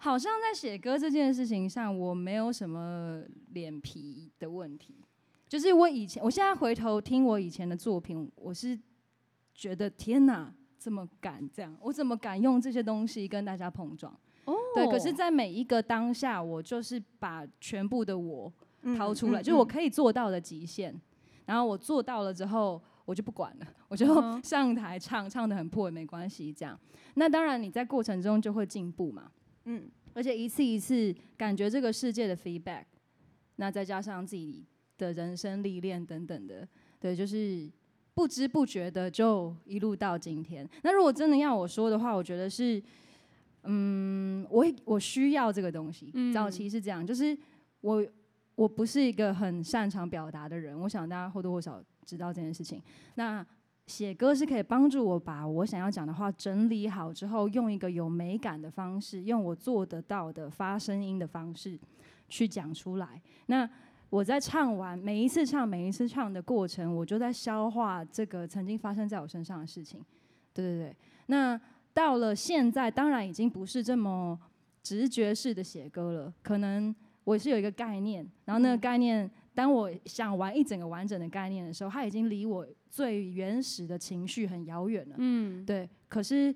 Speaker 4: 好像在写歌这件事情上，我没有什么脸皮的问题。就是我以前，我现在回头听我以前的作品，我是觉得天哪，怎么敢这样？我怎么敢用这些东西跟大家碰撞？
Speaker 3: 哦
Speaker 4: 对，可是，在每一个当下，我就是把全部的我掏出来，
Speaker 1: 嗯
Speaker 4: 就是我可以做到的极限。然后我做到了之后，我就不管了，
Speaker 1: 嗯
Speaker 4: 我就 *laughs* 上台唱，唱的很破也没关系。这样，那当然你在过程中就会进步嘛。
Speaker 1: 嗯，
Speaker 4: 而且一次一次感觉这个世界的 feedback，那再加上自己的人生历练等等的，对，就是不知不觉的就一路到今天。那如果真的要我说的话，我觉得是，嗯，我我需要这个东西。
Speaker 3: 嗯
Speaker 4: 早期是这样，就是我我不是一个很擅长表达的人，我想大家或多或少知道这件事情。那写歌是可以帮助我把我想要讲的话整理好之后，用一个有美感的方式，用我做得到的发声音的方式去讲出来。那我在唱完每一次唱每一次唱的过程，我就在消化这个曾经发生在我身上的事情。对对对，那到了现在，当然已经不是这么直觉式的写歌了，可能我是有一个概念，然后那个
Speaker 3: 嗯
Speaker 4: 概念，当我想完一整个完整的概念的时候，它已经离我最原始的情绪很遥远了。
Speaker 3: 嗯，
Speaker 4: 对，可是，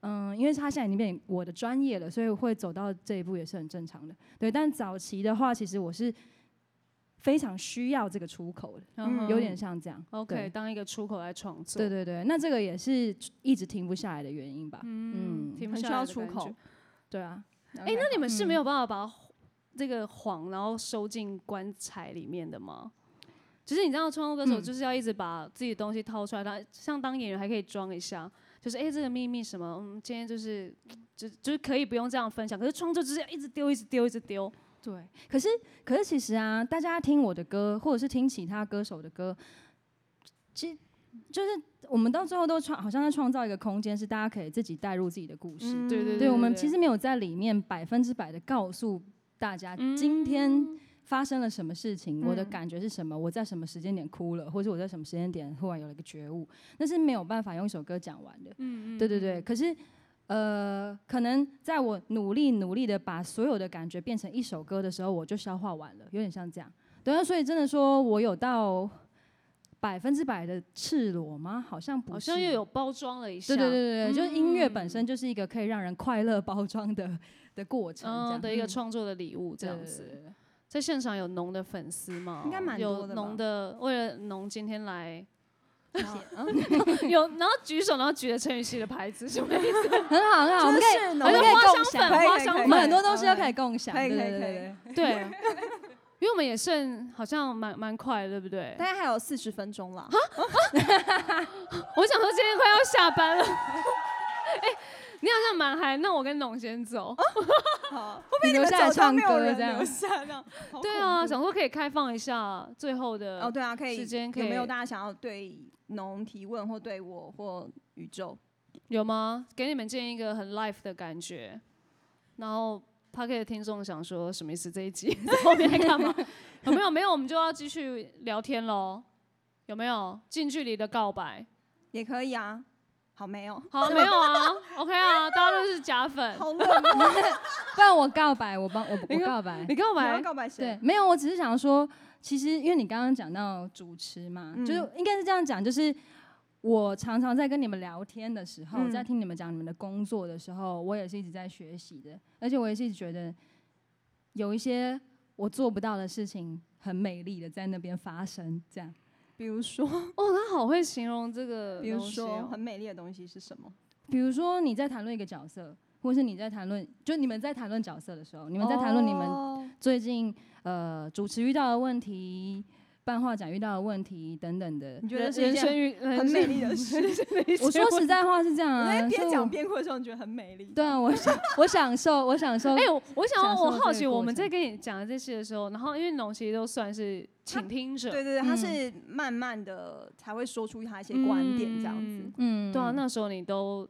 Speaker 4: 嗯，因为他现在已经变我的专业了，所以会走到这一步也是很正常的。对，但早期的话，其实我是非常需要这个出口的，
Speaker 3: 嗯哼
Speaker 4: 有点像这样。
Speaker 3: OK，
Speaker 4: 对
Speaker 3: 当一个出口来创作。
Speaker 4: 对对对，那这个也是一直停不下来的原因吧？
Speaker 3: 嗯，
Speaker 4: 嗯，
Speaker 3: 停不
Speaker 1: 很
Speaker 3: 下
Speaker 1: 需
Speaker 3: 来
Speaker 1: 要
Speaker 3: 的
Speaker 1: 出
Speaker 3: 感
Speaker 1: 口
Speaker 3: 觉。
Speaker 4: 对啊，
Speaker 3: 哎、那你们是
Speaker 4: 嗯
Speaker 3: 没有办法把这个谎然后收进棺材里面的吗？就是你知道，创作歌手
Speaker 4: 嗯
Speaker 3: 就是要一直把自己的东西掏出来，当、像当演员还可以装一下，就是哎、诶这个秘密什么，嗯，今天就是就就是可以不用这样分享，可是创作就是要一直丢，一直丢，一直丢。
Speaker 4: 对，可是可是其实啊，大家听我的歌，或者是听其他歌手的歌，其实就是我们到最后都创，好像在创造一个空间，是大家可以自己带入自己的故事。
Speaker 3: 对对
Speaker 4: 嗯对，我们其实没有在里面百分之百的告诉大家今天
Speaker 3: 嗯
Speaker 4: 发生了什么事情，我的
Speaker 1: 嗯
Speaker 4: 感觉是什么，我在什么时间点哭了，或者我在什么时间点忽然有了一个觉悟，那是没有办法用一首歌讲完的。
Speaker 3: 嗯
Speaker 4: 对对对，可是呃，可能在我努力努力的把所有的感觉变成一首歌的时候，我就消化完了，有点像这样。对啊，所以真的说我有到百分之百的赤裸吗？好像不是，
Speaker 3: 好像又有包装了一下，
Speaker 4: 对对对对，就是音乐本
Speaker 3: 嗯
Speaker 4: 身就是一个可以让人快乐包装的的过程，
Speaker 1: 哦
Speaker 4: 这
Speaker 3: 嗯
Speaker 4: 样
Speaker 3: 的一个创作的礼物这
Speaker 4: 对
Speaker 3: 样
Speaker 4: 对
Speaker 3: 子。
Speaker 4: 对对对
Speaker 3: 在现场有农的粉丝吗？
Speaker 1: 应该蛮多
Speaker 3: 有
Speaker 1: 的吧
Speaker 3: 农的，为了农今天来
Speaker 1: 好嗯
Speaker 3: *laughs* 有，然后举手，然后举着陈雨希的牌子，什么
Speaker 1: *laughs*
Speaker 3: 意思？
Speaker 4: 很好很好，我们可以
Speaker 1: 是呢
Speaker 4: 我们可以
Speaker 3: 花
Speaker 1: 共
Speaker 3: 香
Speaker 1: 享
Speaker 3: 粉，
Speaker 1: 可以
Speaker 3: 花
Speaker 1: 可以
Speaker 3: 香
Speaker 1: 可以
Speaker 3: 粉，
Speaker 4: 我们很多东西都可
Speaker 1: 可
Speaker 4: 以共享，
Speaker 1: 可以
Speaker 4: 对
Speaker 1: 可以
Speaker 4: 对对
Speaker 1: 可以
Speaker 4: 对
Speaker 3: 对，啊因为我们也剩好像蛮蛮快的，对不对
Speaker 1: 大？概还有四十分钟啦。
Speaker 3: 我想说今天快要下班了， *laughs* 哎，你好像蛮嗨，那我跟农先走。
Speaker 1: 哦
Speaker 4: *laughs*
Speaker 1: 好，
Speaker 4: 你留下来唱
Speaker 1: 没有
Speaker 4: 歌
Speaker 1: 人
Speaker 4: 这样
Speaker 1: 留，下
Speaker 4: *laughs*
Speaker 1: 这样。好
Speaker 3: 对
Speaker 1: 恐
Speaker 3: 啊，
Speaker 1: 怖
Speaker 3: 想说可以开放一下最后
Speaker 1: 哦
Speaker 3: 的，
Speaker 1: 对啊，可以
Speaker 3: 时间可以
Speaker 1: 有没有大家想要对农提问或对我或宇宙？
Speaker 3: 有吗？给你们建一个很 live 的感觉，然后。p a r k e 的听众想说什么意思？这一集在后面在干嘛？有没有？没有，我们就要继续聊天喽。有没有近距离的告白？
Speaker 1: 也可以啊。好没
Speaker 4: *laughs*
Speaker 1: 有，
Speaker 3: 好，没有啊，OK 啊，大家都是假粉。
Speaker 1: 好冷哦，
Speaker 4: 不然我告白，我帮我
Speaker 3: 你看
Speaker 4: 我告白。
Speaker 3: 你告
Speaker 1: 你要
Speaker 3: 白，
Speaker 1: 告白
Speaker 4: 对
Speaker 1: 谁？，
Speaker 4: 没有，我只是想说，其实因为你刚刚讲到主持嘛，
Speaker 1: 嗯
Speaker 4: 就是应该是这样讲，就是我常常在跟你们聊天的时候，
Speaker 1: 嗯
Speaker 4: 在听你们讲你们的工作的时候，我也是一直在学习的，而且我也是一直觉得有一些我做不到的事情，很美丽的在那边发生，这样。
Speaker 1: 比如说，
Speaker 3: 哦，他好会形容这个
Speaker 1: 比如
Speaker 3: 东西
Speaker 1: 说
Speaker 3: 哦。
Speaker 1: 很美丽的东西是什么？
Speaker 4: 比如说你在谈论一个角色，或是你在谈论，就你们在谈论角色的时候，你们在谈论你们
Speaker 1: 们
Speaker 4: 最近呃主持遇到的问题、办画展遇到的问题等等的。
Speaker 1: 你觉得
Speaker 3: 人
Speaker 1: 是一
Speaker 3: 人生
Speaker 1: 件
Speaker 3: 与人
Speaker 1: 很
Speaker 3: 生
Speaker 1: 美 *laughs* 丽的事？ *laughs*
Speaker 4: 我说实在话是这样
Speaker 1: 我 *laughs* 在
Speaker 4: 啊，所以
Speaker 1: 边
Speaker 4: 我
Speaker 1: 讲边哭的时候，你觉得很美丽？
Speaker 4: 对啊，我享我享受，我享受。
Speaker 3: 哎、我我想要
Speaker 4: 享
Speaker 3: 我
Speaker 4: 受
Speaker 3: 好
Speaker 4: 这
Speaker 3: 奇，
Speaker 4: 个
Speaker 3: 我
Speaker 4: 过
Speaker 3: 们在
Speaker 4: 程
Speaker 3: 跟你讲这些的时候，然后因为农其实都算是
Speaker 1: 他
Speaker 3: 倾听者，
Speaker 1: 对对对，他
Speaker 4: 嗯
Speaker 1: 是慢慢的才会说出他一些观点这样子
Speaker 3: 嗯。
Speaker 4: 嗯，
Speaker 3: 对啊，那时候你都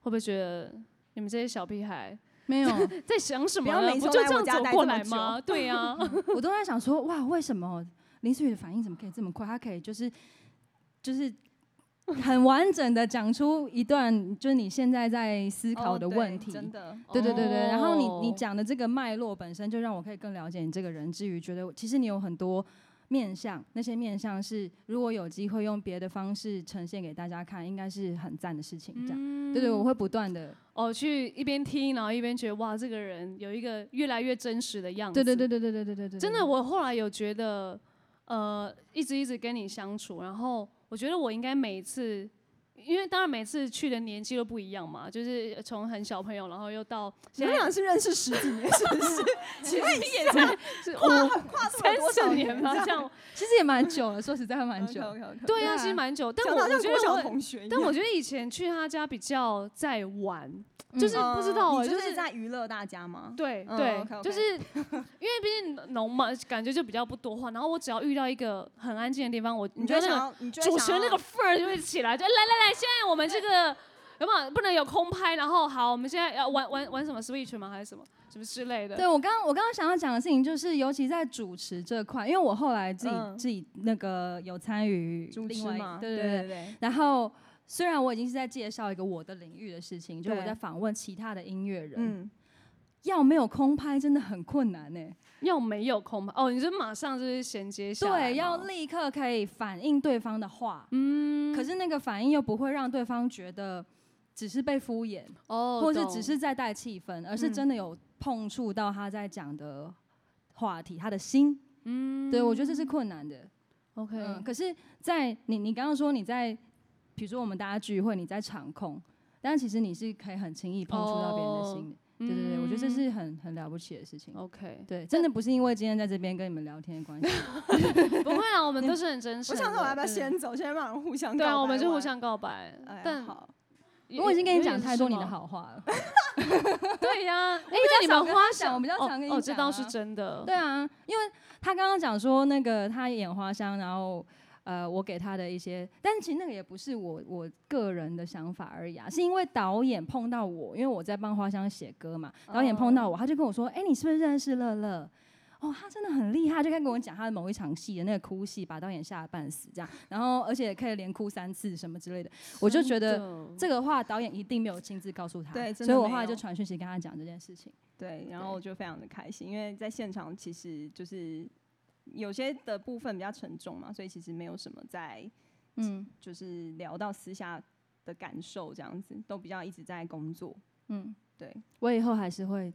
Speaker 3: 会不会觉得你们这些小屁孩
Speaker 4: 没
Speaker 1: *laughs*
Speaker 4: 有，
Speaker 3: 在想什
Speaker 1: 不
Speaker 3: 么
Speaker 1: 要
Speaker 3: 呢？
Speaker 1: 每
Speaker 3: 不
Speaker 1: 周来
Speaker 3: 就这
Speaker 1: 我
Speaker 3: 样
Speaker 1: 家
Speaker 3: 走
Speaker 1: 待
Speaker 3: 过
Speaker 1: 这么
Speaker 3: 来吗？
Speaker 1: *laughs*
Speaker 3: 对啊，
Speaker 4: 我都在想说，哇，为什么林思雨的反应怎么可以这么快？她可以就是就是很完整的讲出一段，就是你现在在思考
Speaker 1: 哦
Speaker 4: 的
Speaker 1: 对
Speaker 4: 问题。
Speaker 1: 真的，哦
Speaker 4: 对对对对，然后你你
Speaker 3: 哦
Speaker 4: 讲的这个脉络本身就让我可以更了解你这个人，至于觉得其实你有很多面相，那些面相是如果有机会用别的方式呈现给大家看，应该是很赞的事情。这样，对对，我会不断的，
Speaker 3: 哦，去一边听，然后一边觉得哇，这个人有一个越来越真实的样子。
Speaker 4: 对对对对对对对对对，
Speaker 3: 真的，我后来有觉得，呃，一直一直跟你相处，然后我觉得我应该每一次，因为当然每次去的年纪都不一样嘛，就是从很小朋友，然后又到
Speaker 1: 你
Speaker 3: 现
Speaker 1: 们
Speaker 3: 在
Speaker 1: 俩是认识十几年，是不
Speaker 3: *laughs*
Speaker 1: 是？
Speaker 3: 其实也才是
Speaker 1: 跨
Speaker 3: *laughs* 五
Speaker 1: 跨度了
Speaker 3: 三
Speaker 1: 多少
Speaker 3: 四年吧，这样。
Speaker 4: 其实也蛮久了，说实在蛮久。
Speaker 1: OK OK，
Speaker 3: 对啊，
Speaker 4: 对
Speaker 3: 其实
Speaker 4: 啊
Speaker 3: 蛮久，但
Speaker 1: 讲
Speaker 3: 我
Speaker 1: 得
Speaker 3: 我
Speaker 1: 好像
Speaker 3: 觉
Speaker 1: 国
Speaker 3: 得我
Speaker 1: 小
Speaker 3: 会，
Speaker 1: 同学一样，
Speaker 3: 但
Speaker 1: *laughs*
Speaker 3: 我觉得以前去他家比较在玩，就是
Speaker 1: 嗯
Speaker 3: 不知道哎，
Speaker 1: 你
Speaker 3: 就
Speaker 1: 就是
Speaker 3: 是
Speaker 1: 在娱乐大家吗？
Speaker 3: 对
Speaker 1: 嗯
Speaker 3: 对，
Speaker 1: OK，OK
Speaker 3: 就是因为毕竟农嘛，感觉就比较不多话。然后我只要遇到一个很安静的地方，我你
Speaker 1: 你
Speaker 3: 知
Speaker 1: 就
Speaker 3: 道
Speaker 1: 会想
Speaker 3: 那
Speaker 1: 要，
Speaker 3: 个
Speaker 1: 你就会
Speaker 3: 主
Speaker 1: 想
Speaker 3: 持人那
Speaker 1: 要
Speaker 3: 个范儿就会起来，就来来来，现在我们这个有没有不能有空拍？然后好，我们现在要玩玩玩什么 Switch 吗？还是什么什么之类的？
Speaker 4: 对我刚刚我刚刚想要讲的事情，就是尤其在主持这块，因为我后来自己、
Speaker 1: 嗯
Speaker 4: 自己那个有参与
Speaker 1: 主
Speaker 4: 另
Speaker 1: 持
Speaker 4: 外一
Speaker 1: 嘛，
Speaker 4: 对对对
Speaker 1: 对对，
Speaker 4: 然后虽然我已经是在介绍一个我的领域的事情，就是我
Speaker 1: 对
Speaker 4: 在访问其他的音乐人，
Speaker 1: 嗯，
Speaker 4: 要没有空拍真的很困难欸呢、
Speaker 3: 要没有空拍哦，你就马上就是衔接下来
Speaker 4: 对，要
Speaker 3: 吗
Speaker 4: 立刻可以反映对方的话，嗯，可是那个反应又不会让对方觉得只是被敷衍，
Speaker 3: 哦，
Speaker 4: 或是
Speaker 3: 懂
Speaker 4: 只是在带气氛，而是真的有碰触到他在讲的话题，他的心。嗯，对，我觉得这是困难的。
Speaker 3: OK，
Speaker 4: 嗯，可是在，你你刚刚说你在，比如说我们大家聚会，你在场控，但其实你是可以很轻易碰触到别人的心
Speaker 3: 哦
Speaker 4: 的。对对
Speaker 3: 嗯
Speaker 4: 对，我觉得这是很很了不起的事情。
Speaker 3: OK，
Speaker 4: 对，真的不是因为今天在这边跟你们聊天
Speaker 3: *laughs*
Speaker 4: 的关系。
Speaker 3: 不会啊，我们都是很真
Speaker 1: *laughs*
Speaker 3: 实
Speaker 1: 我
Speaker 3: 的。
Speaker 1: 想说我要不要
Speaker 3: 对
Speaker 1: 先走，先让人互相
Speaker 3: 对啊，
Speaker 1: 告
Speaker 3: 我们
Speaker 1: 白
Speaker 3: 就互
Speaker 1: 完，
Speaker 3: 相告白
Speaker 1: 哎呀，
Speaker 3: 但
Speaker 1: 好
Speaker 3: 也
Speaker 4: 我已经跟
Speaker 3: 有
Speaker 4: 你
Speaker 3: 点
Speaker 4: 讲太
Speaker 3: 是
Speaker 4: 多你
Speaker 3: 吗
Speaker 4: 的好话了。 *laughs*
Speaker 3: 对呀、哎、
Speaker 4: 较
Speaker 3: 那你
Speaker 4: 常
Speaker 3: 们
Speaker 4: 跟
Speaker 3: 花
Speaker 4: 他
Speaker 3: 香，
Speaker 4: 讲我比较
Speaker 3: 哦
Speaker 4: 常跟
Speaker 3: 哦，
Speaker 4: 你
Speaker 3: 这
Speaker 4: 讲
Speaker 3: 倒是
Speaker 4: 啊
Speaker 3: 真的。
Speaker 4: 对啊，因为他刚刚讲说那个他演花香，然后呃，我给他的一些，但其实那个也不是我我个人的想法而已啊，是因为导演碰到我，因为我在帮花香写歌嘛，导演碰
Speaker 1: 哦
Speaker 4: 到我，他就跟我说，哎、你是不是认识乐乐？哦，他真的很厉害，就开始跟我讲他的某一场戏的那个哭戏，把导演吓得半死这样，然后而且可以连哭三次什么之类的，我就觉得
Speaker 3: 真的
Speaker 4: 这个话导演一定没有亲自告诉他，
Speaker 1: 对真
Speaker 4: 所以
Speaker 1: 的
Speaker 4: 我
Speaker 1: 没
Speaker 4: 后来就
Speaker 1: 有
Speaker 4: 传讯息跟他讲这件事情。
Speaker 1: 对，然后我就非常的开心，因为在现场其实就是有些的部分比较沉重嘛，所以其实没有什么在
Speaker 4: 嗯
Speaker 1: 就是聊到私下的感受这样子，都比较一直在工作，
Speaker 4: 嗯。
Speaker 1: 对，
Speaker 4: 我以后还是会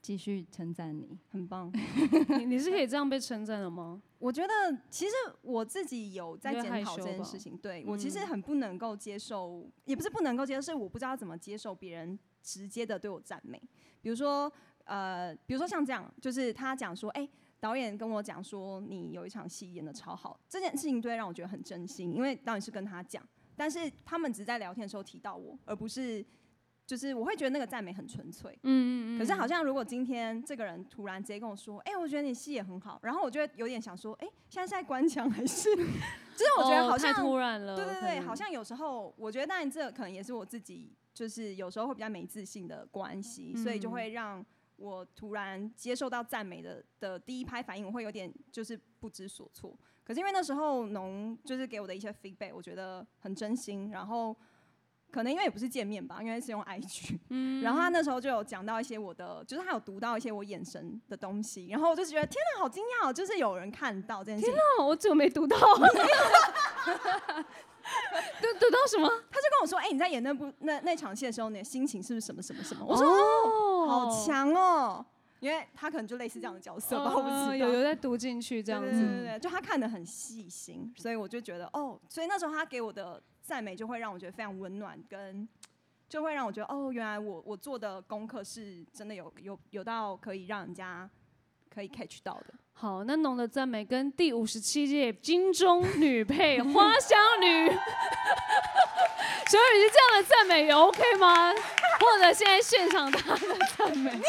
Speaker 4: 继续称赞你。
Speaker 1: 很棒。
Speaker 3: *laughs* 你你是可以这样被称赞的吗？
Speaker 1: 我觉得其实我自己有在
Speaker 3: 你会害
Speaker 1: 检讨
Speaker 3: 羞
Speaker 1: 这件
Speaker 3: 吧嗯
Speaker 1: 事情，对我其实很不能够接受，也不是不能够接受，是我不知道怎么接受别人直接的对我赞美，比如说呃，比如说像这样，就是他讲说，哎、导演跟我讲说你有一场戏演的超好，这件事情对让我觉得很真心，因为导演是跟他讲，但是他们只是在聊天的时候提到我，而不是就是我会觉得那个赞美很纯粹，
Speaker 3: 嗯嗯嗯。
Speaker 1: 可是好像如果今天这个人突然直接跟我说，哎、我觉得你戏也很好，然后我就会有点想说，哎、现在是在官腔还是？就是我觉得
Speaker 3: 哦
Speaker 1: 好像，
Speaker 3: 太突然了。
Speaker 1: 对对
Speaker 3: 可
Speaker 1: 对，
Speaker 3: 能
Speaker 1: 好。像有时候我觉得，当然这可能也是我自己，就是有时候会比较没自信的关系，所
Speaker 3: 嗯
Speaker 1: 以就会让我突然接受到赞美的的第一拍反应，我会有点就是不知所措。可是因为那时候农就是给我的一些 feedback，我觉得很真心，然后。可能因为也不是见面吧，因为是用
Speaker 3: *laughs*
Speaker 1: IG，嗯，然后他那时候就有讲到一些我的，就是他有读到一些我眼神的东西，然后我就觉得天哪，好惊讶哦，就是有人看到这件事情，
Speaker 3: 哦，我怎么没
Speaker 1: *laughs*
Speaker 3: 读到？读 *laughs* 读到什么？
Speaker 1: 他就跟我说，哎、你在演那部那那场戏的时候，你的心情是不是什么什么什么？我说、
Speaker 3: 哦
Speaker 1: 哦
Speaker 3: 说
Speaker 1: 好，强哦，因为他可能就类似这样的角色吧，我不知道。
Speaker 3: 哦嗯有有在读进去这样
Speaker 1: 对
Speaker 3: 子。
Speaker 1: 对对对，就他看的很细心，所以我就觉得哦，所以那时候他给我的赞美就会让我觉得非常温暖，跟就会让我觉得哦，原来我我做的功课是真的有有有到可以让人家可以 catch 到
Speaker 3: *laughs*
Speaker 1: 的。
Speaker 3: 好，那侬的赞美跟第五十七届金钟女配花香女 *laughs* 小雨是这样的赞美有 OK 吗？或者现在现场大家的赞美
Speaker 1: Q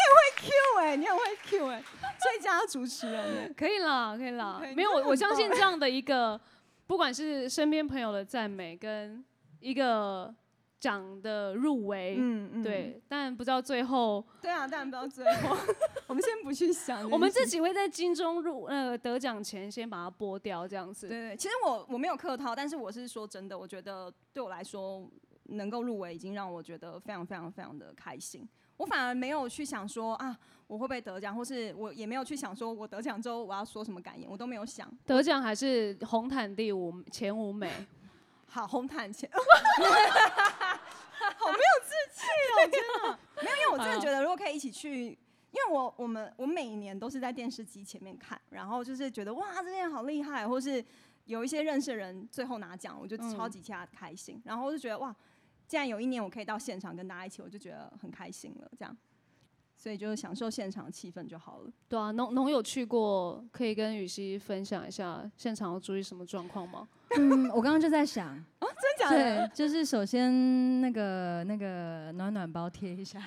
Speaker 1: 哎、你很会 Q 哎、最佳主持人哎、
Speaker 3: 可以啦，可以啦
Speaker 1: 可以，
Speaker 3: 没有
Speaker 1: 真的
Speaker 3: 我
Speaker 1: 很
Speaker 3: 我相
Speaker 1: 棒 *laughs*
Speaker 3: 信
Speaker 1: 欸
Speaker 3: 这样的一个，不管是身边朋友的赞美跟一个奖的入围，
Speaker 1: 嗯嗯，
Speaker 3: 对，但不知道最后
Speaker 1: 对啊，但不要最后，我 *laughs* 们先不去想，
Speaker 3: 我们
Speaker 1: 这
Speaker 3: 自己会在金钟入呃得奖前先把它播掉，这样
Speaker 1: 对
Speaker 3: 子。
Speaker 1: 对对，其实我我没有客套，但是我是说真的，我觉得对我来说能够入围已经让我觉得非常非常非常的开心。我反而没有去想说啊，我会不会得奖，或是我也没有去想说我得奖之后我要说什么感言，我都没有想。
Speaker 3: 得奖还是红毯第五前五美， *laughs*
Speaker 1: 好，红毯前，好没有志气哦，天哪！没有，因为我真的觉得，如果可以一起去，因为我我们我每年都是在电视机前面看，然后就是觉得哇，这些人好厉害，或是有一些认识的人最后拿奖，我就超级替他开心，然后我就觉得哇，既然有一年我可以到现场跟大家一起，我就觉得很开心了，这样。所以就享受现场气氛就好了。
Speaker 3: 对啊，农农有去过，可以跟雨熙分享一下现场要注意什么状况吗？
Speaker 4: 嗯，我刚刚就在想，
Speaker 1: 真假的？
Speaker 4: 对，就是首先那个那个暖暖包贴一下，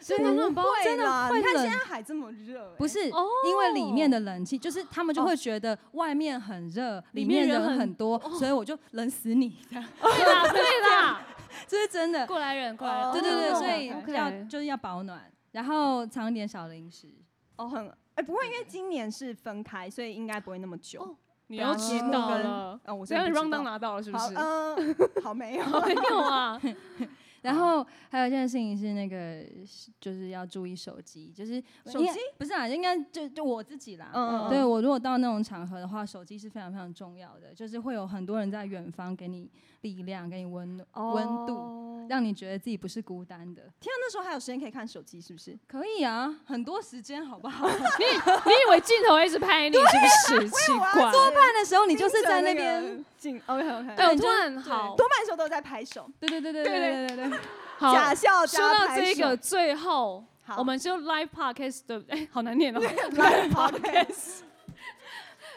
Speaker 3: 真的暖包
Speaker 1: 会
Speaker 4: 真的
Speaker 1: 啦
Speaker 4: 会
Speaker 1: 你看
Speaker 4: 冷
Speaker 1: 现在还这么热、欸，
Speaker 4: 不是
Speaker 3: 哦
Speaker 4: 因为里面的冷气，就是他们就会觉得外面很热，里面
Speaker 3: 里面人
Speaker 4: 人
Speaker 3: 很
Speaker 4: 很多，所以我就冷死你， *laughs* 这样
Speaker 3: 对啦，
Speaker 1: *laughs*
Speaker 3: 对啦，
Speaker 4: 这是真的。
Speaker 3: 过来人，过来人，
Speaker 1: 哦
Speaker 4: 对对对，
Speaker 1: 哦
Speaker 4: 所
Speaker 1: ，OK，OK
Speaker 4: 以要就是要保暖，然后藏一点小零食。
Speaker 1: 哦，很哎、不会，因为今年是分开，所以应该不会那么久。
Speaker 3: 哦你又知
Speaker 1: 节目
Speaker 3: 道
Speaker 1: 跟
Speaker 3: 了，
Speaker 1: 呃，我
Speaker 3: 这
Speaker 1: 真的
Speaker 3: 样
Speaker 1: 不知
Speaker 3: round
Speaker 1: 道
Speaker 3: down 拿到了是不
Speaker 1: 好，
Speaker 3: 是？
Speaker 1: 嗯、好没有，
Speaker 3: 没有啊，
Speaker 4: 然后还有一件事情是那个，就是要注意手机，就是
Speaker 1: 手
Speaker 4: 应该
Speaker 1: 机
Speaker 4: 不是啊，应该就就我自己啦。
Speaker 1: 嗯嗯嗯
Speaker 4: 对我如果到那种场合的话，手机是非常非常重要的，就是会有很多人在远方给你力量，给你温暖 *laughs* 温、度，
Speaker 1: 度。
Speaker 4: 让你觉得自己不是孤单的。
Speaker 1: 哦天啊，那时候还有时间可以看手机，是不是？
Speaker 4: 可以啊，很多时间好
Speaker 1: *laughs*
Speaker 4: 不好？
Speaker 3: 你你以为镜头一直拍你是不是？奇怪。
Speaker 4: 多半的时候你就是在那哦边，
Speaker 1: 进，OK OK。
Speaker 3: 哎，
Speaker 1: 对，
Speaker 3: 我突然好，
Speaker 1: 多半的时候都在拍手，
Speaker 4: 对对对对
Speaker 1: 对
Speaker 4: 对对对对，
Speaker 3: 好
Speaker 1: 假笑
Speaker 3: 说
Speaker 1: 加
Speaker 3: 到
Speaker 1: 拍手。
Speaker 3: 这个，最后
Speaker 1: 好
Speaker 3: 我们就 live podcast 对不对？哎，好难念哦。
Speaker 1: live *laughs* podcast，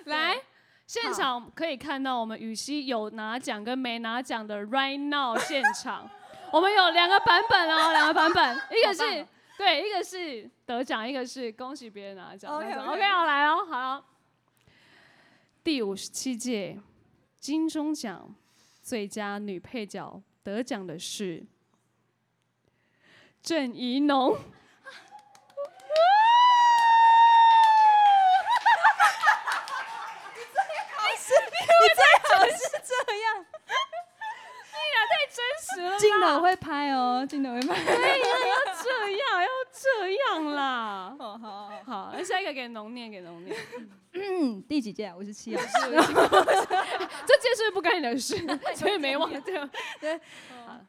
Speaker 3: 来，现场可以看到我们雨熙有拿奖跟没拿奖的 right now 现场， *laughs* 我们有两个版本哦，两个版本，一个
Speaker 1: 好棒
Speaker 3: 是
Speaker 1: 哦
Speaker 3: 对，一个是得奖，一个是恭喜别人拿奖。
Speaker 1: OK，OK
Speaker 3: 那种 OK，好来哦，好哦。第五十七届金钟奖最佳女配角得奖的是郑怡农。 *laughs*
Speaker 4: 我是这样，
Speaker 3: 真实了吧，
Speaker 4: 镜头会拍哦，镜头会拍。
Speaker 3: 对哎呀，要这样，要这样啦。
Speaker 1: 好好好，
Speaker 3: 哦好，那下一个给农念，给 *laughs* 农念。
Speaker 4: 嗯，第几届啊？五十七啊。
Speaker 3: 这件事不干你的 *laughs* 事，所以没忘掉。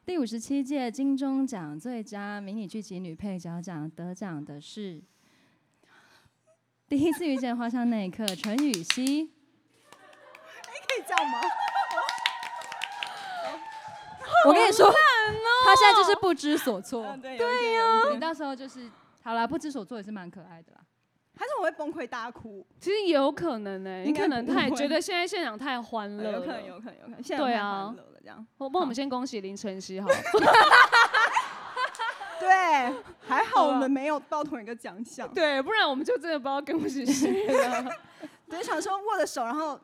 Speaker 4: 第五十七届金钟奖最佳迷你剧集女配角奖得奖的是第一次遇见花香那一刻，陈雨希。
Speaker 1: 可以这样吗？
Speaker 4: 我跟你说，她现在就是不知所措。
Speaker 1: 啊对对呀，
Speaker 4: 你到时候就是好啦，不知所措也是蛮可爱的啦。
Speaker 1: 还是我会崩溃大哭，
Speaker 3: 其实也有可能欸呢、你
Speaker 1: 应该
Speaker 3: 可能太
Speaker 1: 不会
Speaker 3: 觉得现在现场太欢乐
Speaker 1: 呃
Speaker 3: 了。
Speaker 1: 有可能，有可能，有可能，现在
Speaker 3: 对
Speaker 1: 太
Speaker 3: 啊
Speaker 1: 欢乐了，这样。
Speaker 3: 我帮我们先恭喜林晨曦好了，
Speaker 1: 对，还好
Speaker 3: 好
Speaker 1: 我
Speaker 3: 吧
Speaker 1: 们没有报同一个奖项。
Speaker 3: 对， *laughs* 不然我们就真的不知道恭喜谁 *laughs* 了。
Speaker 1: 对，想说握着手，然后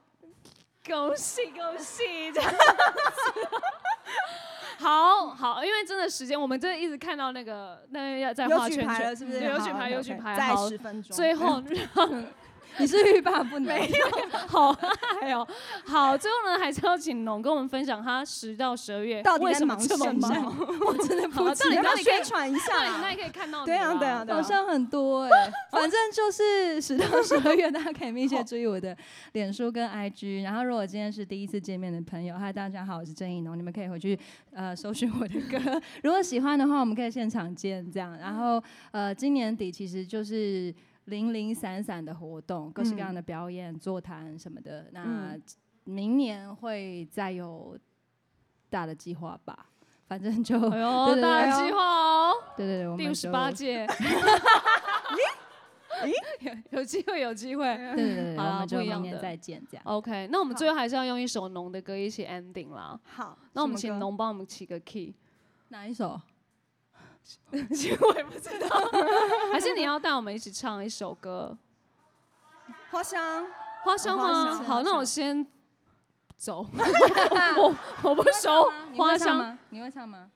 Speaker 3: 恭喜恭喜！这样子好好，因为真的时间，我们真的一直看到那个那要在
Speaker 1: 有
Speaker 3: 画
Speaker 1: 举
Speaker 3: 圈
Speaker 1: 牌
Speaker 3: 圈
Speaker 1: 了，是不是？
Speaker 3: 对有举
Speaker 1: 好
Speaker 3: 牌，
Speaker 1: ，OK，
Speaker 3: 有举
Speaker 1: OK，
Speaker 3: 牌，
Speaker 1: 再
Speaker 3: 好
Speaker 1: 十分钟。
Speaker 3: 最后让
Speaker 4: 你是欲罢不能。
Speaker 3: *laughs* 好嗨哦！好，最后呢，还是要请龙跟我们分享他十到十二月
Speaker 1: 到底
Speaker 3: 为
Speaker 1: 在
Speaker 3: 什么
Speaker 1: 忙
Speaker 3: 这么
Speaker 1: 什么
Speaker 3: 忙。？ *laughs*
Speaker 1: 我真的
Speaker 3: 好
Speaker 1: 不知
Speaker 3: 到底
Speaker 1: 道，
Speaker 3: 到
Speaker 1: 要
Speaker 3: 底可以
Speaker 1: 宣传一下
Speaker 3: 对，那
Speaker 1: 啊。
Speaker 3: 也可以看到你
Speaker 1: 对啊，
Speaker 3: 啦
Speaker 1: 对啊，。对
Speaker 4: 好
Speaker 1: 啊。 *laughs*
Speaker 4: 像很
Speaker 3: *laughs*
Speaker 4: 多哎、反正就是十到十二月，大家可以密切注意我的脸书跟 IG。然后，如果今天是第一次见面的朋友，嗨，大家好，我是郑一农，你们可以回去呃搜寻我的歌。如果喜欢的话，我们可以现场见
Speaker 3: 嗯
Speaker 4: 这样。然后呃，今年底其实就是。零零散散的活动，各式各样的表演、座谈什么的。那
Speaker 1: 嗯
Speaker 4: 明年会再有大的计划吧，反正就对
Speaker 3: 哎
Speaker 4: 对
Speaker 3: 呦，
Speaker 4: 对
Speaker 3: 大家
Speaker 4: 对
Speaker 3: 计划哦，
Speaker 4: 对对，我
Speaker 3: 第
Speaker 4: 们
Speaker 3: 五
Speaker 4: 就
Speaker 3: 十八
Speaker 1: *laughs*
Speaker 3: 届。 *laughs* 有有机会，有机
Speaker 1: 啊
Speaker 3: 会。
Speaker 4: 对对对，
Speaker 3: 好啦
Speaker 4: 我们就
Speaker 3: 不一样
Speaker 4: 明年
Speaker 3: 的
Speaker 4: 再见，这样。
Speaker 3: OK，那我们最后还是要用一首农的歌一起 ending 啦。
Speaker 1: 好，
Speaker 3: 那我们
Speaker 1: 什么
Speaker 3: 请
Speaker 1: 歌
Speaker 3: 农帮我们起个 key， *laughs*
Speaker 4: 哪一首？
Speaker 3: 还是你要带我们一起唱一首歌？
Speaker 1: 花香。
Speaker 3: 花香
Speaker 1: 哦花
Speaker 3: 吗？
Speaker 1: 香
Speaker 3: 好，
Speaker 1: 花
Speaker 3: 那
Speaker 1: 香
Speaker 3: 我先
Speaker 1: *laughs*
Speaker 3: 走。我我不熟花香，
Speaker 4: 吗？你会唱吗？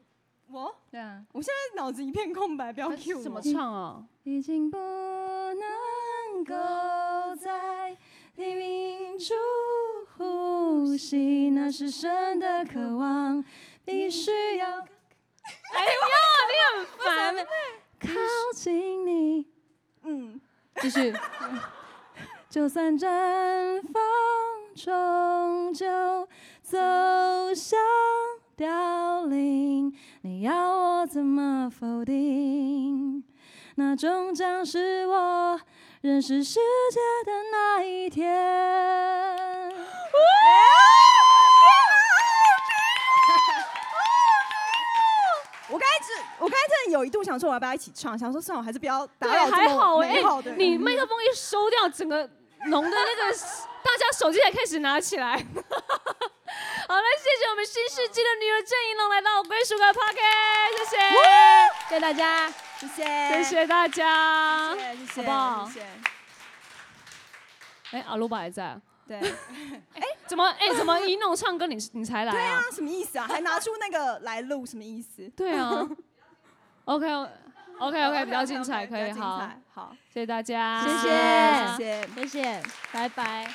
Speaker 1: 我
Speaker 4: 对啊。
Speaker 1: 脑子一片空白，不要
Speaker 3: 它
Speaker 1: Q
Speaker 3: 是
Speaker 1: 我。
Speaker 3: 怎么唱啊？
Speaker 4: 已经不能够在黎明处呼吸，那是神的渴望，必须要
Speaker 3: 哎呦，你很烦。
Speaker 4: 靠近你。
Speaker 1: 嗯， *laughs*
Speaker 4: 继续。就算绽放，终究走向凋零，你要我怎么否定？那终将是我认识世界的那一天。
Speaker 1: 我刚才只，我刚才真的有一度想说我要不要一起唱，想说算了，我还是不要打扰
Speaker 3: 对，
Speaker 1: 这
Speaker 3: 还好
Speaker 1: 么
Speaker 3: 哎、
Speaker 1: 美好的。
Speaker 3: 你麦克风一收掉，整个农的 *laughs* 那个大家手机才开始拿起来。 *laughs* 好了，谢谢我们新世纪的女儿郑怡农来到我归属的 p a r k 谢谢，
Speaker 4: 谢谢大家。
Speaker 1: 谢谢，
Speaker 3: 谢谢大家。
Speaker 1: 谢谢，谢
Speaker 3: 好不好
Speaker 1: 谢谢。
Speaker 3: 哎、阿鲁巴还在啊、
Speaker 1: 对，
Speaker 3: 怎么 *laughs* 哎、怎么怡农唱歌你你才来
Speaker 1: 对
Speaker 3: 啊
Speaker 1: 啊？，什么意思啊？还拿出那个来录，什么意思？
Speaker 3: 对啊。OK OK OK，比较精彩，可以
Speaker 1: 比较精
Speaker 3: 好，
Speaker 1: 彩好，
Speaker 3: 谢谢大家，
Speaker 4: 谢
Speaker 1: 谢谢，谢谢。
Speaker 4: 谢谢，拜拜。